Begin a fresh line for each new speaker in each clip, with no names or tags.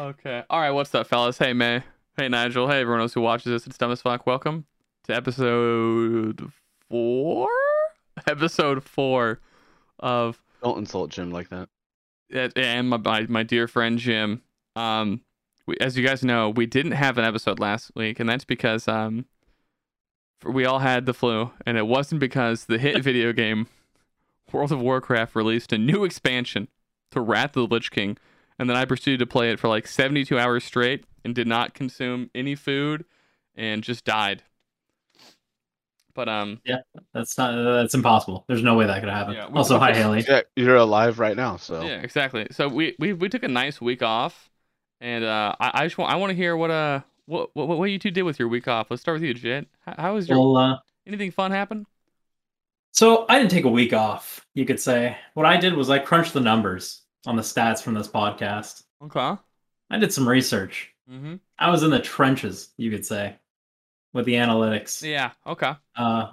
Okay. All right. What's up, fellas? Hey, May. Hey, Nigel. Hey, everyone else who watches this. It's Dumb as Fuck. Welcome to episode four? Episode four of.
Don't insult Jim like that.
And my, my, my dear friend Jim. Um, we, as you guys know, we didn't have an episode last week, and that's because um, we all had the flu, and it wasn't because the hit video game World of Warcraft released a new expansion to Wrath of the Lich King, and then I proceeded to play it for like 72 hours straight and did not consume any food and just died. But um,
That's not. That's impossible. There's no way that could happen.
Yeah, we-
also,
we
hi
just-
Haley.
Yeah, you're alive right now, so
yeah, exactly. So we, we we took a nice week off, and uh, I, I just want I want to hear what uh what, what what you two did with your week off. Let's start with you, Jit. How, how was your
Well, uh,
anything fun happen?
so I didn't take a week off. You could say what I did was I crunched the numbers on the stats from this podcast.
Okay.
I did some research.
Mm-hmm.
I was in the trenches. You could say with the analytics.
Yeah. Okay.
Uh,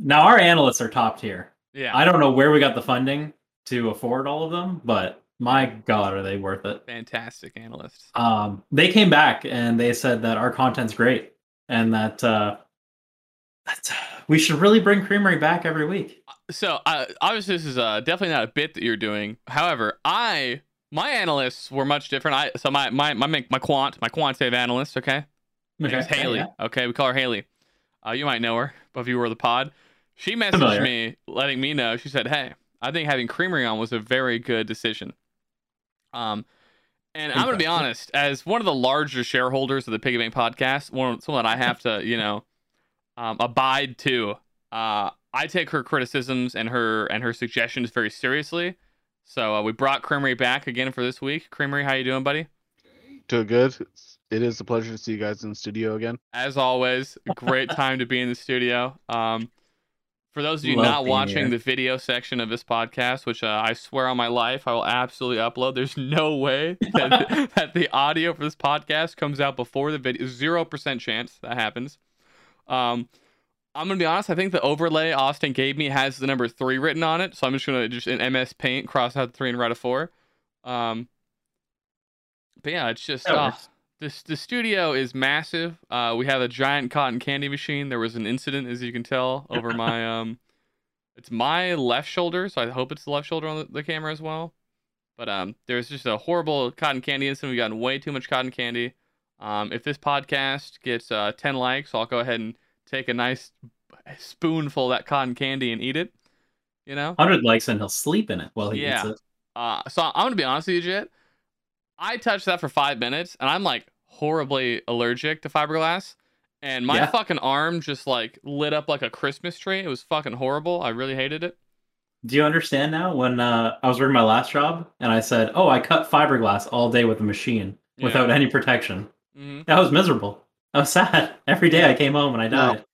now our analysts are top tier.
Yeah.
I don't know where we got the funding to afford all of them, but my god, are they worth it?
Fantastic analysts.
um, they came back and they said that our content's great and that uh, that uh, we should really bring Creamery back every week.
So uh, obviously this is uh, definitely not a bit that you're doing. However, I my analysts were much different. I so my my my my quant my quantitative analyst. Okay. Her name's Haley.
Yeah.
Okay, we call her Haley. Uh, you might know her, but if you were the pod, she messaged
Familiar.
me letting me know. She said, "Hey, I think having Creamery on was a very good decision." Um, and I'm gonna be
Impressive.
honest, as one of the larger shareholders of the Piggy Bank podcast, one someone that I have to you know um, abide to. Uh, I take her criticisms and her and her suggestions very seriously. So uh, we brought Creamery back again for this week. Creamery, how you doing, buddy?
doing good. It's- It is a pleasure to see you guys in the studio again.
as always great time to be in the studio um for those of you
Love
not
being
watching
here.
the video section of this podcast which uh, i swear on my life i will absolutely upload there's no way that, that the audio for this podcast comes out before the video zero percent chance that happens um i'm gonna be honest i think the overlay austin gave me has the number three written on it so i'm just gonna just in ms paint cross out the three and write a four um but yeah it's just
That
uh,
works.
this the studio is massive. Uh, we have a giant cotton candy machine. There was an incident, as you can tell, over my um, it's my left shoulder, so I hope it's the left shoulder on the, the camera as well. But um, there's just a horrible cotton candy incident. We've gotten way too much cotton candy. Um, if this podcast gets uh, 10 likes, I'll go ahead and take a nice spoonful of that cotton candy and eat it. You know.
100 likes and he'll sleep in it while he
Yeah.
eats it.
Uh, so I'm gonna be honest with you, Jit. I touched that for five minutes, and I'm like horribly allergic to fiberglass, and my
Yeah.
fucking arm just like lit up like a Christmas tree. It was fucking horrible. I really hated it.
Do you understand now? When uh, I was working my last job and I said, "Oh, I cut fiberglass all day with a machine
Yeah.
without any protection."
Mhm.
That was miserable. I was sad every day. I came home and I
No.
died.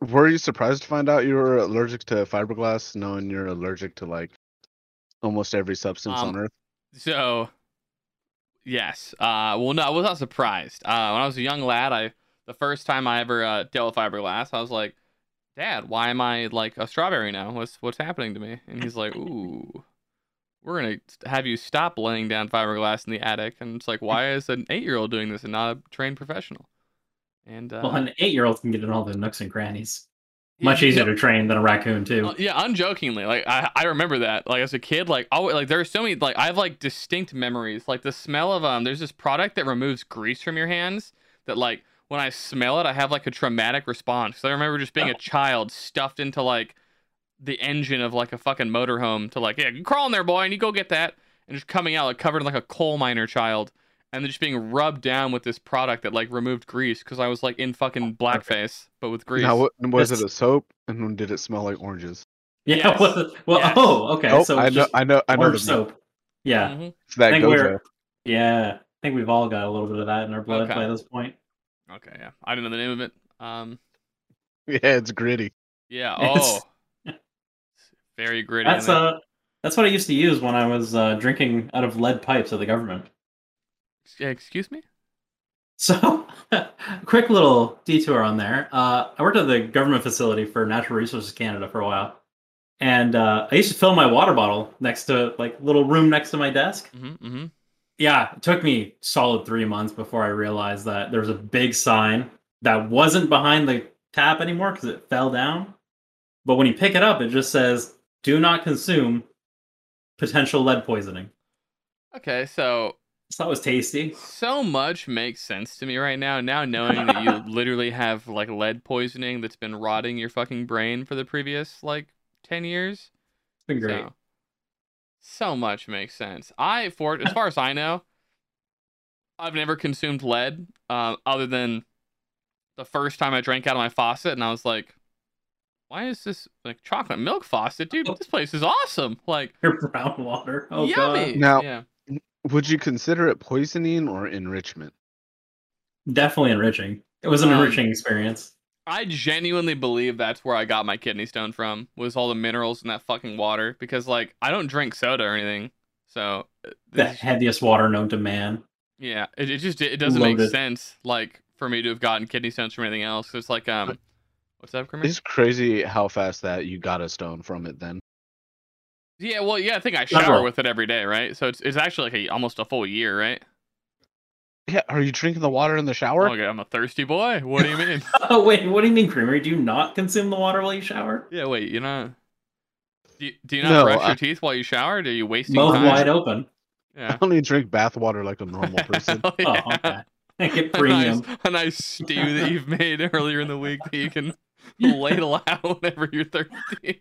Were you surprised to find out you were allergic to fiberglass, knowing you're allergic to like almost every substance
Um,
on Earth?
So, yes. Uh, well, no, I was not surprised. Uh, when I was a young lad, I the first time I ever uh, dealt with fiberglass, I was like, "Dad, why am I like a strawberry now? What's what's happening to me?" And he's like, "Ooh, we're gonna have you stop laying down fiberglass in the attic." And it's like, "Why is an eight-year-old doing this and not a trained professional?" And uh,
Well, an eight-year-old can get in all the nooks and crannies.
he-
Much
no-
easier to train than a raccoon, too.
Uh, yeah, unknowingly, like I, I remember that. Like as a kid, like always, like there are so many like I have like distinct memories. Like the smell of um, there's this product that removes grease from your hands. That like when I smell it, I have like a traumatic response. So I remember just being a child stuffed into like the engine of like a fucking motorhome to like yeah, you crawl in there, boy, and you go get that, and just coming out like covered in like a coal miner child, and then just being rubbed down with this product that like removed grease because I was like in fucking blackface but with grease.
Now, wa- was it
This-
a soap, and did it smell like oranges?
Yeah.
Yes.
Well, well
Yes.
oh, okay.
nope,
so
I know,
just
I know, I know.
orange
The soap.
soap. Yeah.
Mhm.
I
That
think
goes
we're
there.
yeah. I think we've all got a little bit of that in our blood
Okay.
by this point.
Okay, yeah. I don't know the name of it. Um,
Yeah, it's gritty.
yeah. Oh,
It's-
very gritty.
That's
and then-
uh that's what I used to use when I was uh, drinking out of lead pipes at the government.
Ex- Excuse me.
So, quick little detour on there. Uh, I worked at the government facility for Natural Resources Canada for a while, and uh, I used to fill my water bottle next to like little room next to my desk.
Mm-hmm, mm-hmm.
yeah, it took me solid three months before I realized that there was a big sign that wasn't behind the tap anymore because it fell down. But when you pick it up, it just says, "Do not consume potential lead poisoning."
Okay, so
So that was tasty.
so much makes sense to me right now. Now knowing that you literally have like lead poisoning that's been rotting your fucking brain for the previous like ten years.
It's been great.
So, so much makes sense. I for as far as I know, I've never consumed lead uh, other than the first time I drank out of my faucet, and I was like, "Why is this like chocolate milk faucet, dude? This place is awesome! Like,
Your brown water. Oh
yummy."
god.
Now-
yeah.
Would you consider it poisoning or enrichment?
Definitely enriching. It was an
Um,
enriching experience.
I genuinely believe that's where I got my kidney stone from was all the minerals in that fucking water because like I don't drink soda or anything, so uh,
The
this-
heaviest water known to man.
Yeah, it, it just it doesn't make
Loaded.
sense like for me to have gotten kidney stones from anything else. It's like um, what's that, Kramer?
It's crazy how fast that you got a stone from it. Then
Yeah, well, yeah, I think I shower
Several.
with it every day, right? So it's it's actually like a, almost a full year, right?
yeah, are you drinking the water in the shower?
Okay, I'm a thirsty boy. What do you mean?
Oh wait, what do you mean, Creamery? Do you not consume the water while you shower?
yeah, wait, you're not. Do you, do you not
No,
brush
I-
your teeth while you shower? Do you wasting
Mouth
time?
wide open.
I
Yeah.
only drink bath water like a normal person.
Hell yeah.
Oh, okay. Get
A nice,
premium.
a nice stew that you've made earlier in the week that you can ladle out whenever you're thirsty.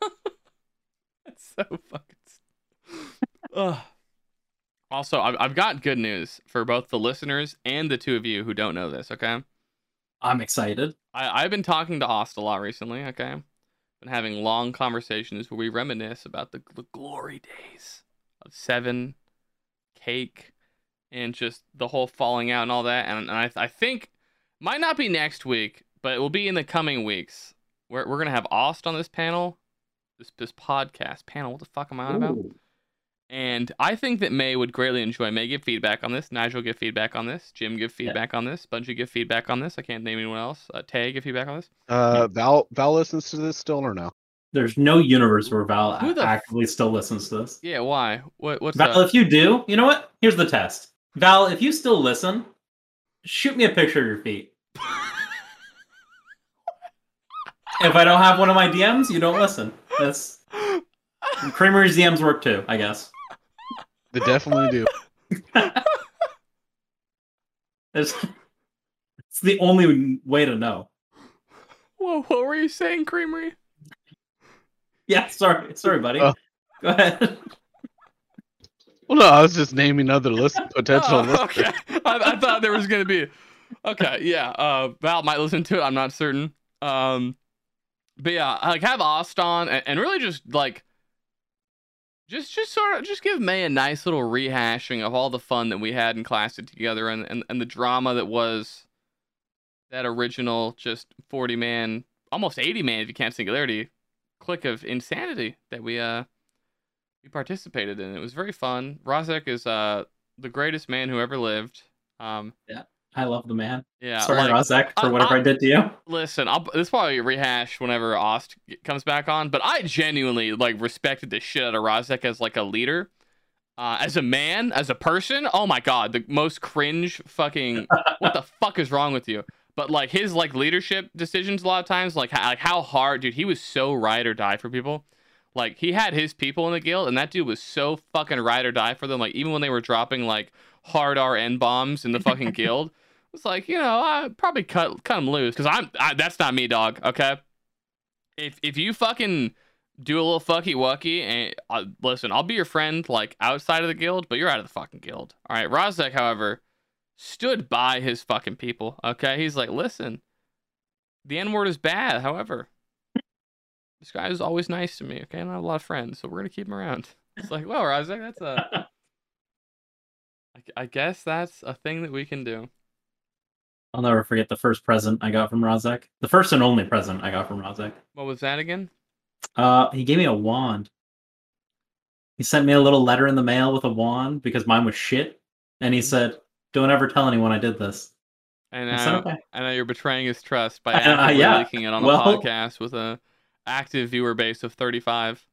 That's so fucking. st- Ugh. Also, I've, I've got good news for both the listeners and the two of you who don't know this. Okay,
I'm excited.
I, I've been talking to Ost a lot recently. Okay, been having long conversations where we reminisce about the, the glory days of Seven, Cake, and just the whole falling out and all that. And, and I, I think might not be next week, but it will be in the coming weeks. We're we're gonna have Ost on this panel, this this podcast panel. What the fuck am I on about? And I think that May would greatly enjoy. May give feedback on this. Nigel give feedback on this. Jim give
Yeah.
feedback on this. Bungie give feedback on this. I can't name anyone else. Uh, Tay give feedback on this.
Uh, Val Val listens to this still or no?
There's no universe where Val
Who the f-
actively still listens to this.
Yeah, why? What? What's
Val,
up?
if you do, you know what? Here's the test. Val, if you still listen, shoot me a picture of your feet. if I don't have one of my DMs, you don't listen. That's Kramer's DMs work too, I guess.
They definitely do.
It's, it's the only way to know.
Whoa, what were you saying, Creamery?
Yeah, sorry, sorry, buddy.
Oh.
Go ahead.
Well, no, I was just naming other listen
Oh,
potential listeners.
okay. I, I thought there was gonna be. Okay, yeah. Uh, Val might listen to it. I'm not certain. Um, but yeah, like have Ost on and, and really just like, just just sort of just give May a nice little rehashing of all the fun that we had in class together and and, and the drama that was that original just 40 man, almost 80 man if you count singularity, click of insanity that we uh we participated in. It was very fun. Rozek is uh the greatest man who ever lived. Um,
I love the man.
yeah.
sorry,
like,
Rozek, for
I-
whatever I,
I-
did to you.
Listen, I'll, this is probably rehash whenever Ost g- comes back on, but I genuinely like respected the shit out of Rozek as like a leader, uh, as a man, as a person. Oh my god, the most cringe fucking. what the fuck is wrong with you? But like his like leadership decisions a lot of times, like how, like how hard, dude. He was so ride or die for people. Like he had his people in the guild, and that dude was so fucking ride or die for them. Like even when they were dropping like hard RN bombs in the fucking guild, it's like you know I probably cut cut him loose because I'm I, that's not me, dog. Okay, if if you fucking do a little fucky wucky and uh, listen, I'll be your friend like outside of the guild, but you're out of the fucking guild. All right, Rozek, however, stood by his fucking people. Okay, he's like, listen, the N word is bad. However, this guy is always nice to me. Okay, and I have a lot of friends, so we're gonna keep him around. It's like, well, Rozek, that's a I- I guess that's a thing that we can do.
I'll never forget the first present I got from Rozek. The first and only present I got from Rozek.
What was that again?
Uh, he gave me a wand. He sent me a little letter in the mail with a wand because mine was shit, and
Mm-hmm.
he said, "Don't ever tell anyone I did this."
And
I said,
now,
"Okay."
I know you're betraying his trust by
Uh,
actively
yeah.
leaking it on the
Well-
podcast with a active viewer base of 35.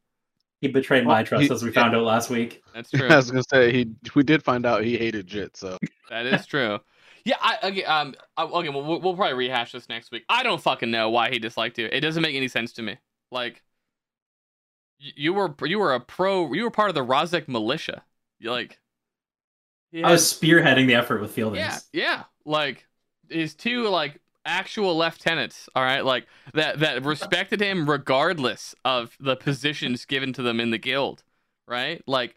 He betrayed
Well,
my trust,
he-
as we found out last week.
That's true.
I was gonna say he. We did find out he hated Jit. So
That is true. Yeah, I okay, um I, okay, well, we'll we'll probably rehash this next week. I don't fucking know why he disliked you. It doesn't make any sense to me. Like y- you were you were a pro, you were part of the Rozek militia. You like
I was spearheading the effort with Fieldings.
yeah, yeah. Like his two like actual lieutenants, all right? Like that that respected him regardless of the positions given to them in the guild, right? Like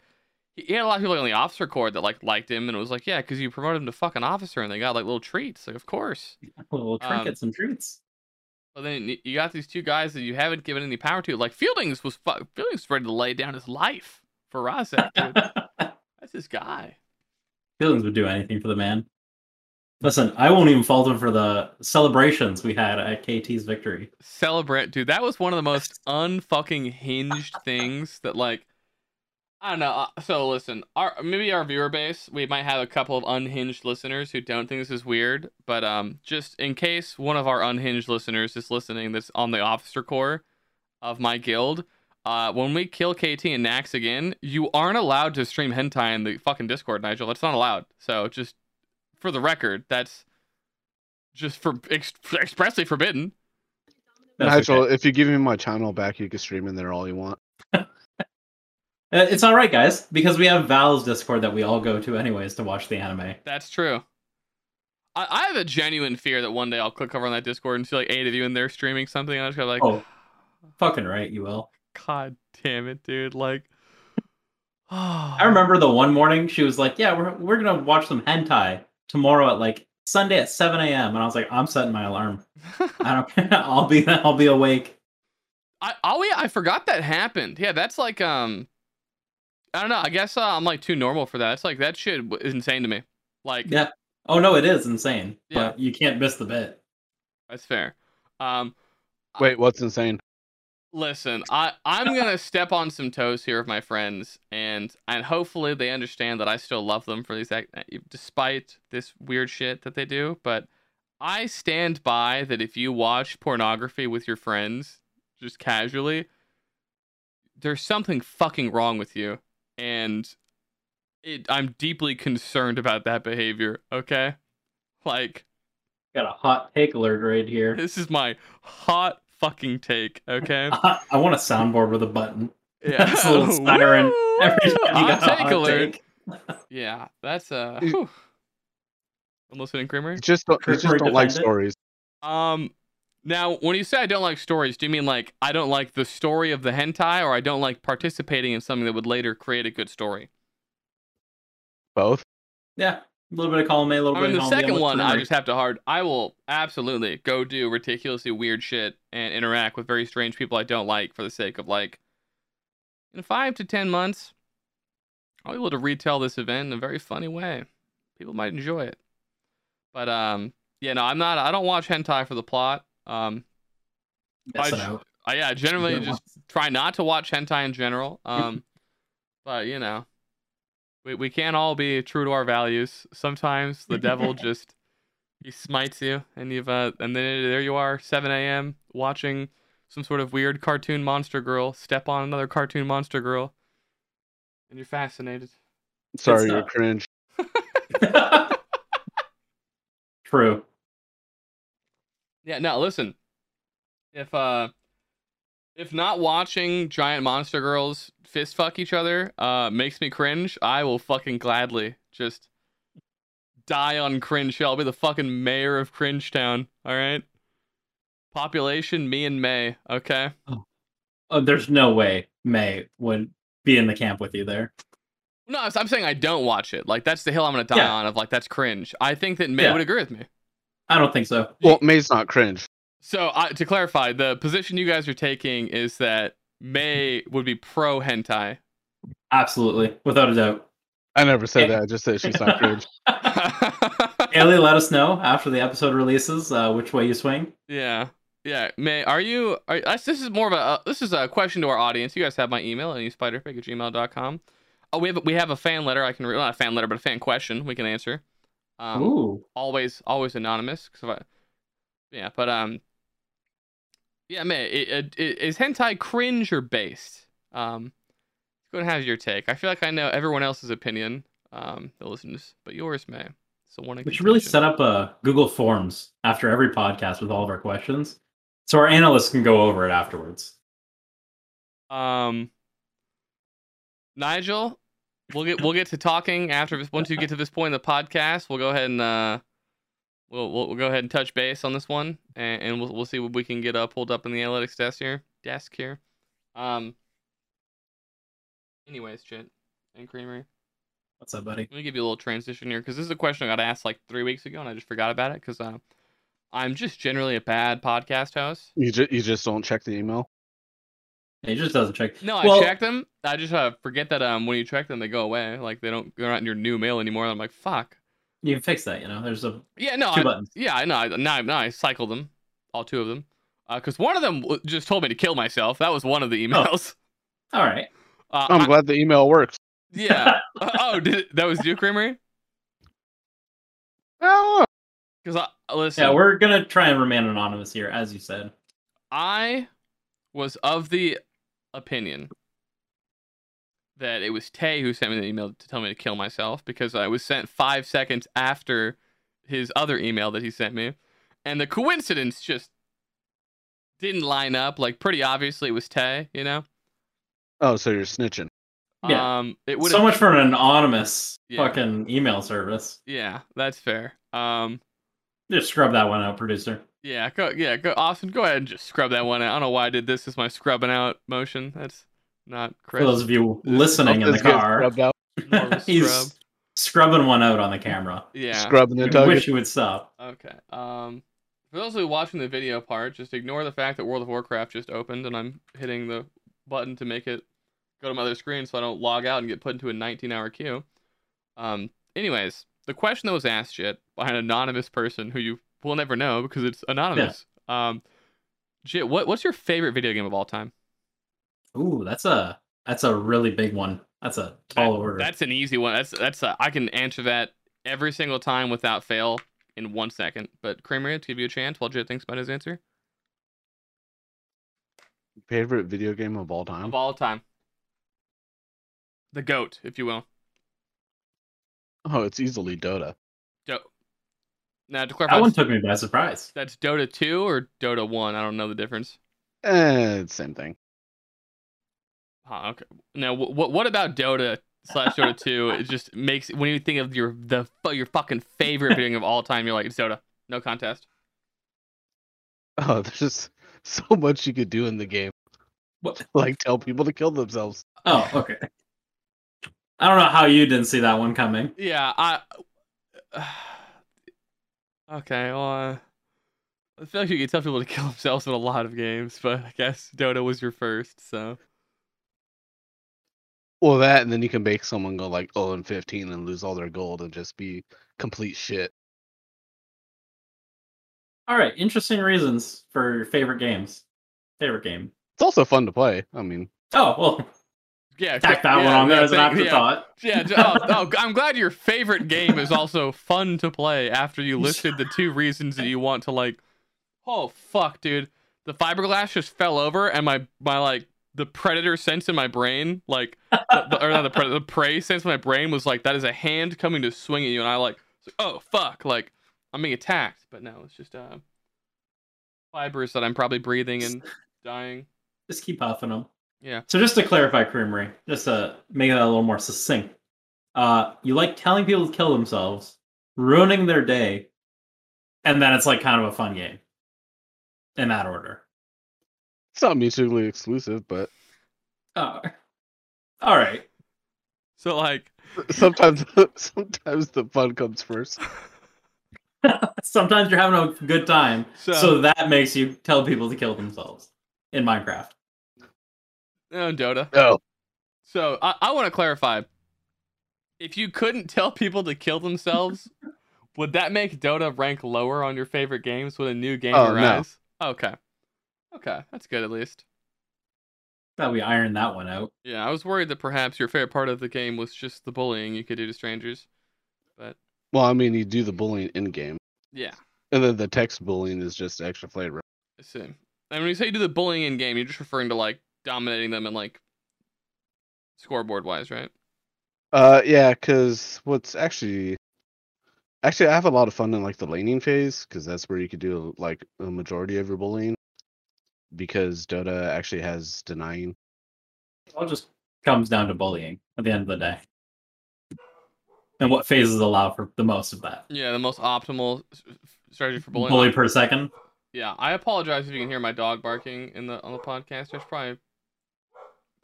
he he had a lot of people on the officer corps that like liked him and it was like, yeah, because you promoted him to fucking officer and they got like little treats. Like, of course.
Little
Um,
trinkets and treats.
But then y- you got these two guys that you haven't given any power to. Like Fieldings was fu- Fieldings was ready to lay down his life for Razak. dude. That's his guy.
Fieldings would do anything for the man. Listen, I won't even fault him for the celebrations we had at KT's victory.
celebrate dude that was one of the most unfucking hinged things that like i don't know uh, so listen our maybe our viewer base we might have a couple of unhinged listeners who don't think this is weird but um just in case one of our unhinged listeners is listening that's on the officer corps of my guild uh when we kill kt and nax again you aren't allowed to stream hentai in the fucking discord nigel that's not allowed so just for the record that's just for ex- expressly forbidden
That's
Nigel,
okay.
if you give me my channel back, you can stream in there all you want.
Uh, It's all right, guys, because we have Val's Discord that we all go to anyways to watch the anime.
That's true. I, I have a genuine fear that one day I'll click over on that Discord and see like eight of you in there streaming something, and I'm just gonna be like,
Oh, fucking right, you will.
God damn it, dude! Like,
I remember the one morning she was like, "Yeah, we're we're gonna watch some hentai tomorrow at like Sunday at 7 a.m." And I was like, "I'm setting my alarm. I don't. care. I'll be I'll be awake."
I oh yeah, I forgot that happened. Yeah, that's like um, I don't know. I guess uh, I'm like too normal for that. It's like that shit w- is insane to me. Like,
Yeah. Oh no, it is insane.
Yeah.
But you can't miss the bit.
that's fair. Um,
Wait, what's insane?
Listen, I I'm gonna step on some toes here with my friends, and and hopefully they understand that I still love them for these, act- eh, despite this weird shit that they do. But I stand by that if you watch pornography with your friends, just casually, there's something fucking wrong with you, and it I'm deeply concerned about that behavior. Okay, like
Got a hot take alert right here.
this is my hot fucking take. Okay.
I, I want a soundboard with a button.
Yeah,
That's a little siren
Woo,
Every
woo,
time you
hot
got a
take
hot
alert.
take.
Yeah, that's uh.
Is-
whew. I'm listening, Creamery.
You just don't. You
Kurt
just don't like
defended?
stories.
Um, now when you say I don't like stories, do you mean like I don't like the story of the hentai, or I don't like participating in something that would later create a good story?
Both.
Yeah, a little bit of column A, a little
I
bit
mean,
of
Oh, the
column B, I'm
second
with
one, I
Kramer.
just have to hard. I will absolutely go do ridiculously weird shit and interact with very strange people I don't like for the sake of like, in five to ten months, I'll be able to retell this event in a very funny way. People might enjoy it. But um, yeah, no, I'm not. I don't watch hentai for the plot. Um, I
Missing
ju-
out.
I, yeah, generally just try not to watch hentai in general. Um, but you know, we we can't all be true to our values. Sometimes the devil just he smites you, and you've uh, and then there you are, 7 a.m. watching some sort of weird cartoon monster girl step on another cartoon monster girl, and you're fascinated.
Sorry, you're
not-
cringe.
True.
Yeah, no, listen. If uh if not watching giant monster girls fist fuck each other uh makes me cringe, I will fucking gladly just die on cringe. I'll be the fucking mayor of Cringe Town, all right? Population me and May, okay?
Oh, there's no way May would be in the camp with you there.
No, I'm- I'm saying I don't watch it. Like that's the hill I'm going to die
Yeah.
on of like that's cringe. I think that May
Yeah.
would agree with me.
I don't think so.
Well, May's not cringe.
So I, to clarify, the position you guys are taking is that May would be pro hentai.
Absolutely, without a doubt.
I never said
Yeah.
that. I just said she's not cringe.
Haley, let us know after the episode releases uh, which way you swing.
Yeah. Yeah. May, are you, are, that's, this is more of a, uh, this is a question to our audience. You guys have my email, anyspiderpig at gmail.com. Oh, we have, we have a fan letter. I can, re- not a fan letter, but a fan question we can answer. Um,
Ooh,
always, always anonymous. 'cause if I- yeah. But, um, yeah, May, i i- i- is hentai cringe or based? Um, go and have your take. I feel like I know everyone else's opinion, um, the listeners, but yours may. So one. in
We should really
contention.
set up a Google Forms after every podcast with all of our questions, so our analysts can go over it afterwards.
Um, Nigel, we'll get we'll get to talking after this. Once you get to this point in the podcast, we'll go ahead and uh, we'll we'll, we'll go ahead and touch base on this one, and, and we'll we'll see what we can get uh, pulled up in the analytics desk here. Desk here. Um. Anyways, Chit and Creamery,
What's up, buddy?
let me give you a little transition here because this is a question I got asked like three weeks ago, and I just forgot about it because uh, I'm just generally a bad podcast host.
You just you just don't check the email.
He just doesn't check.
No, I
Well-
checked them. I just uh, forget that um when you check them, they go away. Like they don't, they're not in your new mail anymore. And I'm like, fuck.
You can fix that. You know, there's a
Yeah, no,
two
I,
buttons.
yeah, I know. I, now, I- now I cycle them, all two of them, because one of them w- just told me to kill myself. That was one of the emails.
All right.
Uh,
I'm
I-
glad the email works.
yeah. oh, did it, that was you, Creamery?
Oh,
Because I listen.
Yeah, we're gonna try and remain anonymous here, as you said.
I was of the opinion that it was Tay who sent me the email to tell me to kill myself because I was sent five seconds after his other email that he sent me. And the coincidence just didn't line up. Like, pretty obviously, it was Tay, you know?
oh, so you're snitching.
Yeah.
Um, it would
So much for an anonymous
Yeah.
fucking email service.
Yeah, that's fair. Um,
Just scrub that one out, producer.
yeah, go, yeah, go, Austin, go ahead and just scrub that one out. I don't know why I did this as my scrubbing out motion. That's not
For those
correct.
of you listening in the
Oh, This gets
car,
scrubbed out,
More of a
he's
scrub.
scrubbing one out on the camera.
Yeah.
scrubbing the
I
tug.
wish you would stop.
Okay. Um, for those who are watching the video part, just ignore the fact that World of Warcraft just opened, and I'm hitting the button to make it go to my other screen so I don't log out and get put into a 19-hour queue. Um. Anyways, the question that was asked Jit by an anonymous person who you will never know because it's anonymous. Um, Jit, what what's your favorite video game of all time?
Ooh, that's a that's a really big one. That's a tall order.
That's an easy one. That's that's a, I can answer that every single time without fail in one second. But Kramer, to give you a chance while Jit thinks about his answer
Favorite video game of all
Hmm?
time?
of all time. The goat, if you will.
Oh, it's easily Dota.
Do- now to clarify,
that one
that's,
took me by surprise.
that's Dota two or Dota one. I don't know the difference.
Eh, it's same thing.
Huh, okay. Now, wh- wh- what about Dota slash Dota two? It just makes when you think of your the fu- your fucking favorite video game of all time, you're like it's Dota. No contest.
Oh, there's just so much you could do in the game.
What?
Like tell people to kill themselves.
Oh, okay. I don't know how you didn't see that one coming.
Yeah, I. okay, well, uh, I feel like you can tell people to kill themselves in a lot of games, but I guess Dota was your first, so.
Well, that, and then you can make someone go like 0 and 15 and lose all their gold and just be complete shit.
All right, interesting reasons for your favorite games. Favorite game.
It's also fun to play. I mean,
Oh well,
Yeah,
tack that
yeah,
one on there
yeah,
as an
thank- yeah.
afterthought.
Yeah, j- oh, oh, I'm glad your favorite game is also fun to play after you listed the two reasons that you want to like Oh fuck, dude. The fiberglass just fell over and my my like the predator sense in my brain, like the, the- or not the predator, the prey sense in my brain was like that is a hand coming to swing at you and I like, was like, oh fuck, like I'm being attacked, but no, it's just uh fibers that I'm probably breathing and dying.
Just keep huffing them.
Yeah.
So just to clarify, Creamery, just to make it a little more succinct, uh, you like telling people to kill themselves, ruining their day, and then it's like kind of a fun game. In that order.
it's not mutually exclusive, but
Oh. All right.
So like
sometimes sometimes the fun comes first.
Sometimes you're having a good time,
so,
so that makes you tell people to kill themselves in Minecraft.
oh, Dota.
No.
So I, I want to clarify. If you couldn't tell people to kill themselves, would that make Dota rank lower on your favorite games when a new game
Oh, no.
arrives? Okay. Okay, that's good at least.
That we iron that one out.
Yeah, I was worried that perhaps your favorite part of the game was just the bullying you could do to strangers.
Well, I mean, you do the bullying in game,
Yeah,
and then the text bullying is just extra flavor.
I see. And when you say you do the bullying in game, you're just referring to like dominating them and like scoreboard wise, right?
Uh, yeah, because what's actually, actually, I have a lot of fun in like the laning phase because that's where you could do like a majority of your bullying. Because Dota actually has denying.
It all just comes down to bullying at the end of the day. And what phases allow for the most of that?
Yeah, the most optimal s- strategy for bullying.
Bully per second?
Yeah, I apologize if you can hear my dog barking in the on the podcast. There's probably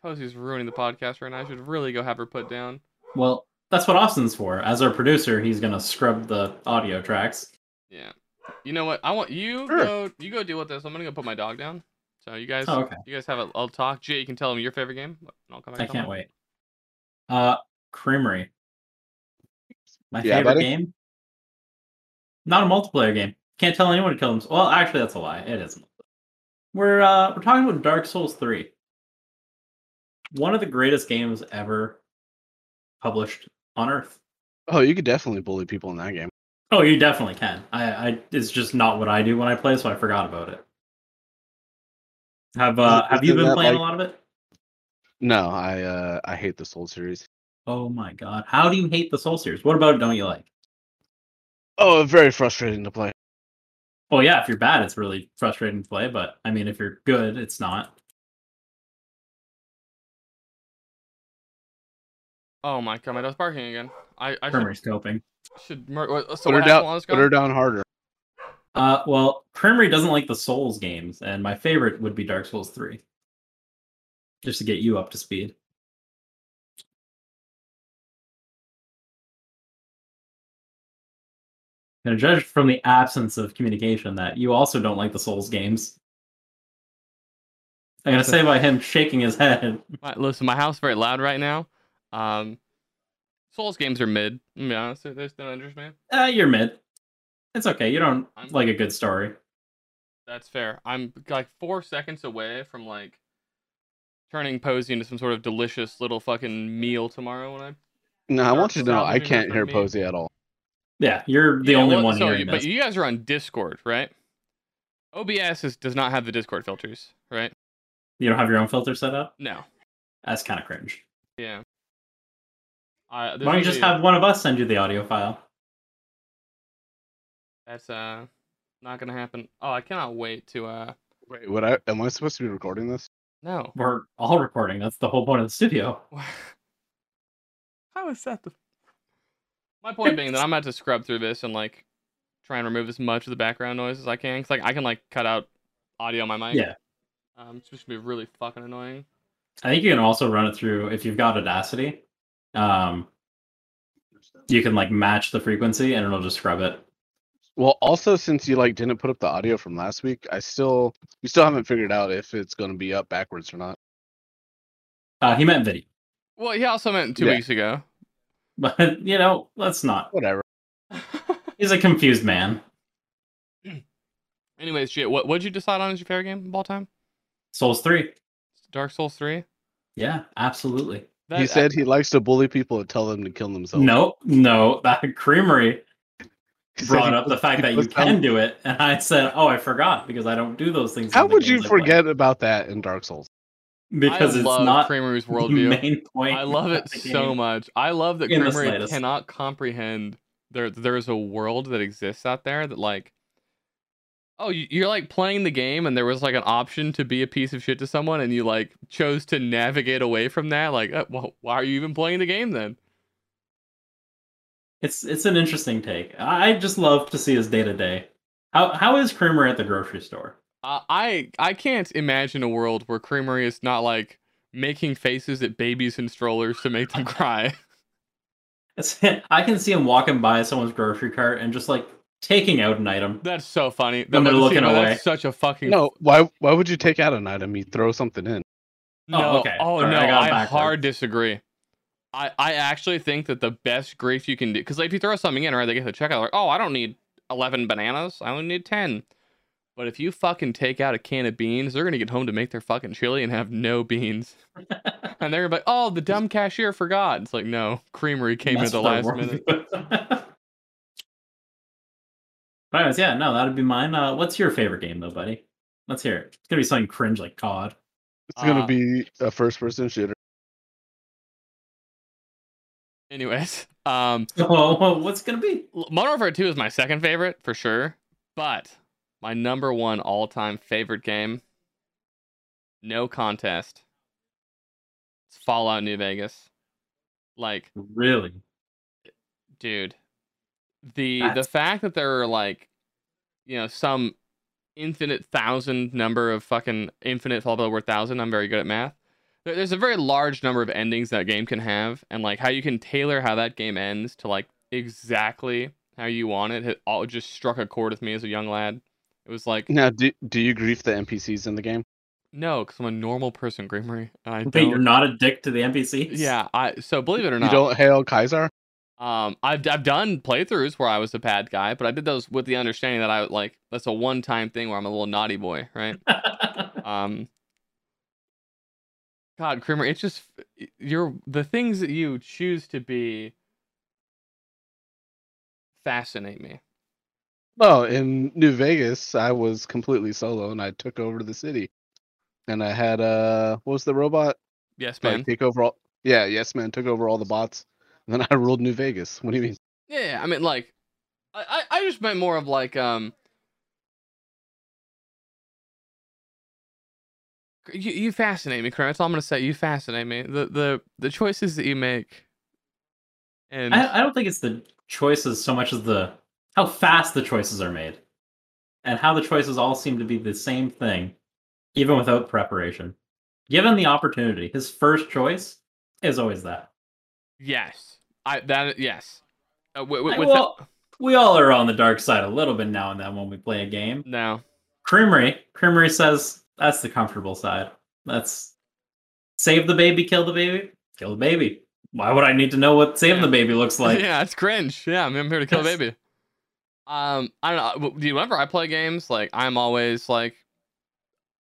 Posey's ruining the podcast right now. I should really go have her put down.
Well, that's what Austin's for. As our producer, he's going to scrub the audio tracks.
Yeah. You know what? I want you
Sure.
go you go deal with this. I'm gonna go put my dog down. So you guys
Oh, okay.
you guys have a I'll talk. Jay, you can tell him your favorite game. and I'll come back
I
and tell
can't
mine.
wait. Uh, Creamery. My
Yeah,
favorite
buddy?
game. Not a multiplayer game. Can't tell anyone to kill them. Well, actually, that's a lie. It is. multiplayer. We're uh, we're talking about Dark Souls three. One of the greatest games ever published on Earth.
Oh, you could definitely bully people in that game.
Oh, you definitely can. I, I it's just not what I do when I play, so I forgot about it. Have uh,
Is-
have you
isn't
been
that
playing a
like-
lot of it?
No, I uh, I hate the Soul series.
Oh my god! How do you hate the Soul series? What about it don't you like?
Oh, very frustrating to play.
Well, yeah, if you're bad, it's really frustrating to play, but I mean, if you're good, it's not.
Oh my god, my dog's barking again. I, I should,
Primary scoping.
should mur- wait, so
Put her
what happened while I
down.
was
Put her
gone?
down harder.
Uh, well, Primary doesn't like the Souls games, and my favorite would be Dark Souls 3. Just to get you up to speed. And judged from the absence of communication that you also don't like the Souls games. I'm gonna say by him shaking his head.
My- listen, my house is very loud right now. Um Souls games are mid. i be honest, there- there's no interest, man.
Uh, you're mid. It's okay. You don't
I'm-
like a good story.
That's fair. I'm like four seconds away from like turning Posey into some sort of delicious little fucking meal tomorrow when I
No, I
Dark
want you to know
Souls
I
is not
can't
for
hear
me.
Posey at all.
Yeah, you're the
Yeah,
only
well,
one
so
hearing
you-
this.
But you guys are on Discord, right? OBS is, does not have the Discord filters, right?
You don't have your own filter set up?
No.
That's kind of cringe.
Yeah. I, there's
Why don't you just
usually-
have one of us send you the audio file?
That's uh, not gonna happen. Oh, I cannot wait to uh.
Wait, what? I, am I supposed to be recording this?
No.
We're all recording. That's the whole point of the studio.
How is that the? My point being that I'm about to scrub through this and like try and remove as much of the background noise as I can, cause like I can like cut out audio on my mic.
Yeah.
Um, it's just gonna be really fucking annoying.
I think you can also run it through if you've got Audacity. Um, you can like match the frequency and it'll just scrub it.
Well, also since you like didn't put up the audio from last week, I still we still haven't figured out if it's going to be up backwards or not.
Uh, he meant video,
Well, he also meant two
Yeah.
weeks ago.
but you know, let's not.
Whatever.
He's a confused man.
Anyways, shit. What what'd you decide on as your favorite game of all time?
Souls 3.
Dark Souls three.
Yeah, absolutely.
he said he likes to bully people and tell them to kill themselves.
no, no, that creamery
He said
brought
he
up the
puts-
fact
he
that you
puts down-
can do it, and I said, "Oh, I forgot because I don't do those things." in
How
the
would you
games I play."
forget about that in Dark Souls?
Because
I
it's
love
not
Creamery's
the
worldview.
main point.
I love it
of the
so
game.
much. I love that
In the
Creamery
slightest.
cannot comprehend there there's a world that exists out there that like Oh, you- you're like playing the game, and there was like an option to be a piece of shit to someone, and you like chose to navigate away from that. Like, uh, well, why are you even playing the game then?
It's it's an interesting take. I I just love to see his day to day. How how is Kramer at the grocery store?
Uh, I I can't imagine a world where Creamery is not like making faces at babies in strollers to make them cry.
It's, I can see him walking by someone's grocery cart and just like taking out an item.
That's so funny.
Them are
That's-
looking
you know,
away.
oh, That's such a fucking
No, why why would you take out an item? You throw something in.
No.
Oh, okay.
Oh
Sorry,
no,
I got it
I,
backwards.
hard disagree. I, I actually think that the best grief you can do because like, if you throw something in, right, they get to the checkout like, oh, I don't need eleven bananas, I only need ten. But if you fucking take out a can of beans, they're gonna get home to make their fucking chili and have no beans, and they're gonna be like, oh, the dumb cashier forgot. It's like no, Creamery came in at
That's
the
what I
last
work
minute.
with. but anyways, yeah, no, that'd be mine. Uh, what's your favorite game though, buddy? Let's hear it. It's gonna be something cringe like COD.
It's gonna
Uh,
be a first person shooter.
Anyways, um,
Oh, what's it gonna be?
L- Modern Warfare 2 is my second favorite for sure, but my number one all time favorite game, no contest, it's Fallout New Vegas. Like,
Really?
dude, the the
That's-
fact that there are like, you know, some infinite thousand number of fucking infinite followed by the word thousand. I'm very good at math. There, there's a very large number of endings that game can have, and like how you can tailor how that game ends to like exactly how you want it. It all just struck a chord with me as a young lad. It was like
Now, do, do you grief the NPCs in the game?
no, because I'm a normal person, Greenery. And I
Wait, you're
don't.
not a dick to the NPCs?
Yeah, I so believe it or not,
You don't hail Kaiser?
Um, I've I've done playthroughs where I was a bad guy, but I did those with the understanding that I would like that's a one time thing where I'm a little naughty boy, right? Um, God, Kramer, it's just you're the things that you choose to be fascinate me.
No, in New Vegas, I was completely solo and I took over the city. And I had, uh, what was the robot?
Yes,
Like,
man.
take over all. Yeah, yes, man, took over all the bots. And then I ruled New Vegas. What do you mean?
Yeah, yeah, I mean, like, I, I, I just meant more of like, um, you, you fascinate me, Kramer. That's all I'm gonna say. You fascinate me. The, the, the choices that you make, and
I, I don't think it's the choices so much as the how fast the choices are made, and how the choices all seem to be the same thing, even without preparation. Given the opportunity, his first choice is always that.
yes, I that yes, uh, wi- wi-
Like,
with
well, we all are on the dark side a little bit now and then when we play a game.
the, no,
Creamery, Creamery says that's the comfortable side. That's save the baby, kill the baby, kill the baby. Why would I need to know what save
Yeah.
the baby looks like?
yeah, it's cringe. Yeah, I mean, I'm here to kill a
That's-
baby. Um, I don't know. w- Do you remember I play games? Like I'm always like,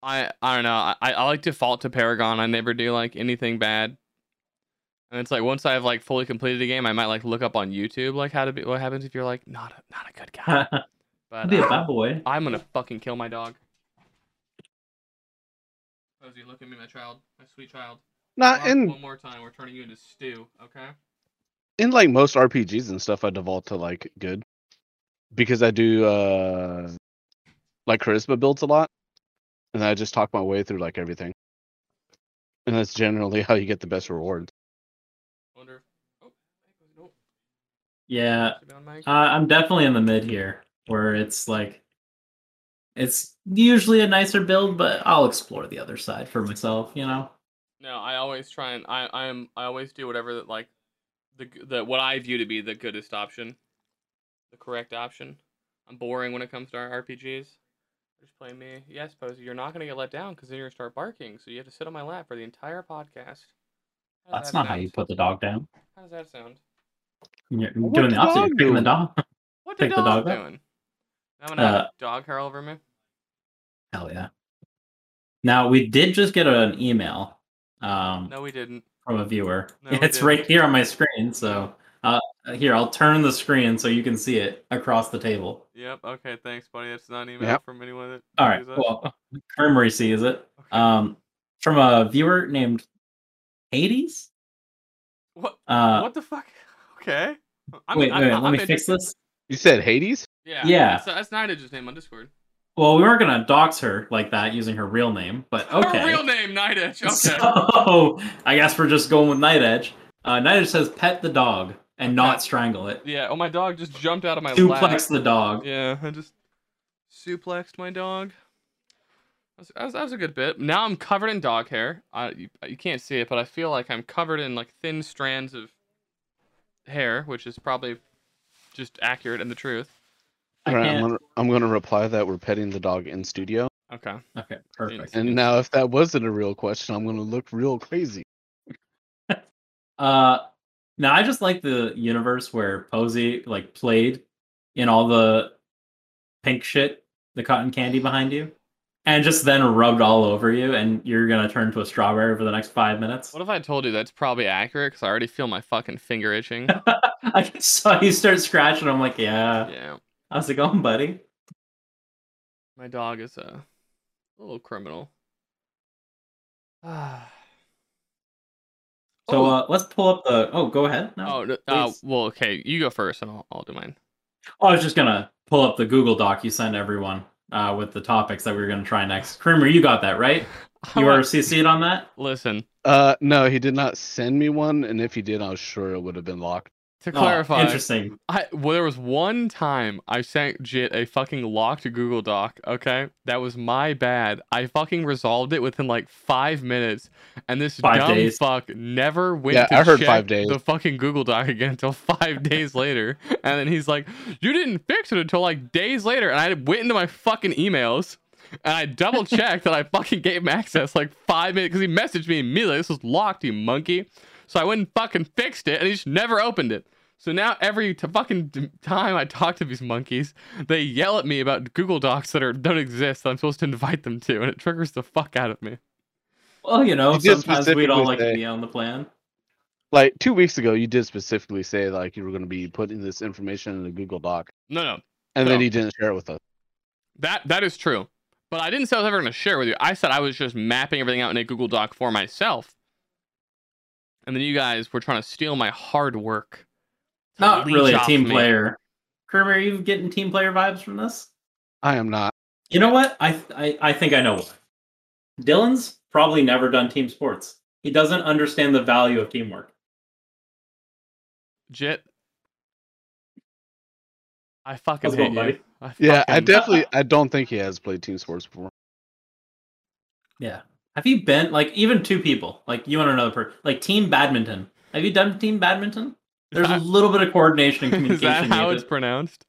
I I don't know. I I like default to Paragon. I never do like anything bad. And it's like once I've like fully completed a game, I might like look up on YouTube like how to be what happens if you're like not a, not a good guy.
I'd
But
be a
uh,
bad boy.
I'm gonna fucking kill my dog. Posey, look at me, my child, my sweet child.
Not in,
more time. We're turning you into stew. Okay.
in like most RPGs and stuff, I default to like good. Because I do, uh, like charisma builds a lot. And I just talk my way through like everything. And that's generally how you get the best rewards.
Wonder. Oh, nope.
Yeah,
Should be on mic.
Uh, I'm definitely in the mid here, where it's like, it's usually a nicer build, but I'll explore the other side for myself. You know,
No, I always try and I I am I always do whatever that like the g- the what I view to be the goodest option, the correct option. I'm boring when it comes to our RPGs. Just play me. Yes, Posey, you're not gonna get let down because then you're gonna start barking, so you have to sit on my lap for the entire podcast. How does
that's
that
not how you
sound?
put the dog down.
How does that sound?
You're
What
doing the
the
opposite. You're
dog
picking the
doing?
dog.
What the
Pick the
dog
dog up.
doing? I'm gonna have
Uh,
dog hair all over me.
Hell yeah. Now we did just get an email um,
No, we didn't.
from a viewer.
No, we
it's
didn't.
right here on my screen. So uh, here, I'll turn the screen so you can see it across the table.
Yep. Okay. Thanks, buddy. That's not an email
Yep.
from anyone. That
All right.
sees us.
Well, Kermory sees it
Okay.
um, from a viewer named Hades.
what?
Uh,
what the fuck? Okay. I'm,
wait,
I'm-
wait,
I'm
let me
interested.
fix this.
You said Hades?
Yeah.
Yeah.
So that's Nidagee's name on Discord.
Well, we weren't gonna dox her like that using her real name, but okay.
Her real name, Nidage. Okay.
So I guess we're just going with Night Edge. Uh, Night Edge says pet the dog and
Okay.
not strangle it.
Yeah. Oh, my dog just jumped out of my lap.
Duplex the dog.
Yeah. I just suplexed my dog. That was, that was, that was a good bit. Now I'm covered in dog hair. I you, you can't see it, but I feel like I'm covered in like thin strands of hair, which is probably just accurate and the truth.
I
All right, I'm
can't-
gonna, I'm gonna reply that we're petting the dog in studio.
Okay.
Okay, perfect.
And now, if that wasn't a real question, I'm gonna look real crazy.
Uh, now I just like the universe where Posey like played in all the pink shit, the cotton candy behind you, and just then rubbed all over you, and you're gonna turn to a strawberry for the next five minutes.
What if I told you that's probably accurate? Because I already feel my fucking finger itching.
I just saw you start scratching. I'm like, yeah.
yeah.
How's it going, buddy?
My dog is uh, a little criminal. Ah. Oh.
So uh, let's pull up the. Oh, go ahead. No.
Oh, no, uh,
please.
well, okay. You go first, and I'll, I'll do mine.
Oh, I was just gonna pull up the Google Doc you sent everyone uh, with the topics that we were gonna try next. Kramer, you got that right? You were CC'd on that.
listen
Uh, no, he did not send me one, and if he did, I was sure it would have been locked.
to
Oh,
clarify.
interesting.
I well, there was one time I sent Jit a fucking locked Google Doc. Okay, that was my bad. I fucking resolved it within like five minutes, and this
Five
dumb
days.
fuck never went.
Yeah,
to
I heard
check
five days.
The fucking Google Doc again until five days later, and then he's like, "You didn't fix it until like days later," and I went into my fucking emails. And I double checked that I fucking gave him access like five minutes because he messaged me immediately. This was locked, you monkey. So I went and fucking fixed it, and he just never opened it. So now every t- fucking d- time I talk to these monkeys, they yell at me about Google Docs that are don't exist that I'm supposed to invite them to, and it triggers the fuck out of me.
Well, you know,
You did
sometimes we don't
specifically
like to
say-
be on the plan.
Like two weeks ago, you did specifically say like you were going to be putting this information in a Google Doc,
No, no,
and then
No.
he didn't share it with us.
that that is true. But I didn't say I was ever going to share with you. I said I was just mapping everything out in a Google Doc for myself, and then you guys were trying to steal my hard work. to
Not
leech
really a
off
team
me.
player. Kramer, are you getting team player vibes from this?
I am not.
You know what? I I, I think I know why. Dylan's probably never done team sports. He doesn't understand the value of teamwork.
Jit. I fucking
How's it
hate
going,
you.
buddy?
I
Yeah, I
fucking-
definitely. I don't think he has played team sports before.
Yeah. Have you been like even two people, like you and another person, like team badminton? Have you done team badminton? There's a little bit of coordination and
Is
communication.
that how
needed.
it's pronounced?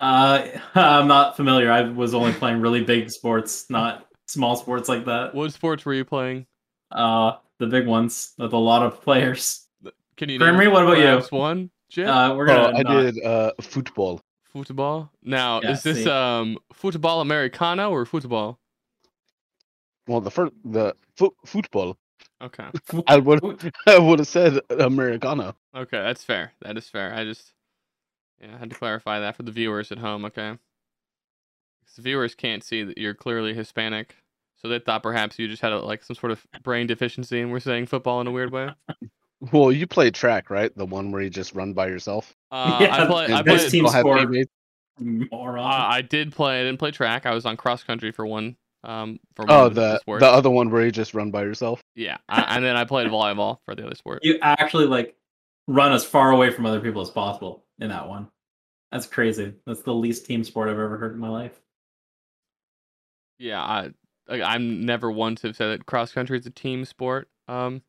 Uh, I'm not familiar. I was only playing really big sports, not small sports like that.
What sports were you playing?
Uh, the big ones with a lot of players.
Can you
Kramer,
name
what about you?
perhaps one? Jit?
Uh, we're
Oh,
gonna.
I
not-
did uh football.
football. Now,
yeah,
is this
see.
um football americano or football?
Well, the first the fu- football.
Okay.
I would I would have said americano.
Okay, that's fair. That is fair. I just yeah, I had to clarify that for the viewers at home, okay? 'Cause the viewers can't see that you're clearly Hispanic. So they thought perhaps you just had a, like some sort of brain deficiency and were saying football in a weird way.
Well, you played track, right? The one where you just run by yourself.
Uh, I
Yeah,
play, I
and
this
played
team
people have
scored.
teammates.
Moron.
Uh, I did play. I didn't play track. I was on cross country for one. Um, for one
Oh,
of
the
sports.
the other one where you just run by yourself.
yeah, I, and then I played volleyball for the other sport.
you actually like run as far away from other people as possible in that one. That's crazy. That's the least team sport I've ever heard in my life.
Yeah, I like, I'm never one to have said that cross country is a team sport. Um,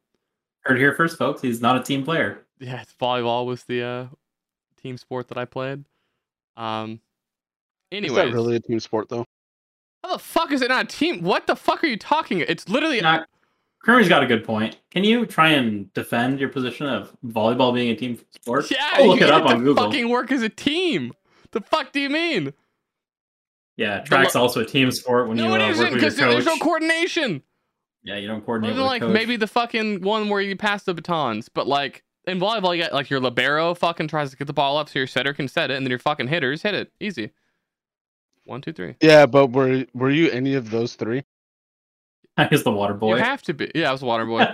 Heard here first, folks. He's not a team player.
yeah, it's- volleyball was the uh, team sport that I played. Um,
Is
anyways,
that really a team sport though?
how the fuck is it not a team? What the fuck are you talking? It's literally
Not. Kermit's got a good point. Can you try and defend your position of volleyball being a team sport?
yeah.
I'll look
you
it up
have
on
to
Google.
Fucking work as a team. The fuck do you mean?
Yeah, track's
lo-
also a team sport when you
no,
uh,
it isn't
work with your
because there's
coach.
no coordination.
yeah, you don't coordinate
Other
with
than like
coach.
maybe the fucking one where you pass the batons, but like in volleyball, you got like your libero fucking tries to get the ball up so your setter can set it, and then your fucking hitters hit it easy. One, two, three.
Yeah, but were were you any of those three?
he's the water
You
boy.
have to be. Yeah, I was a water boy.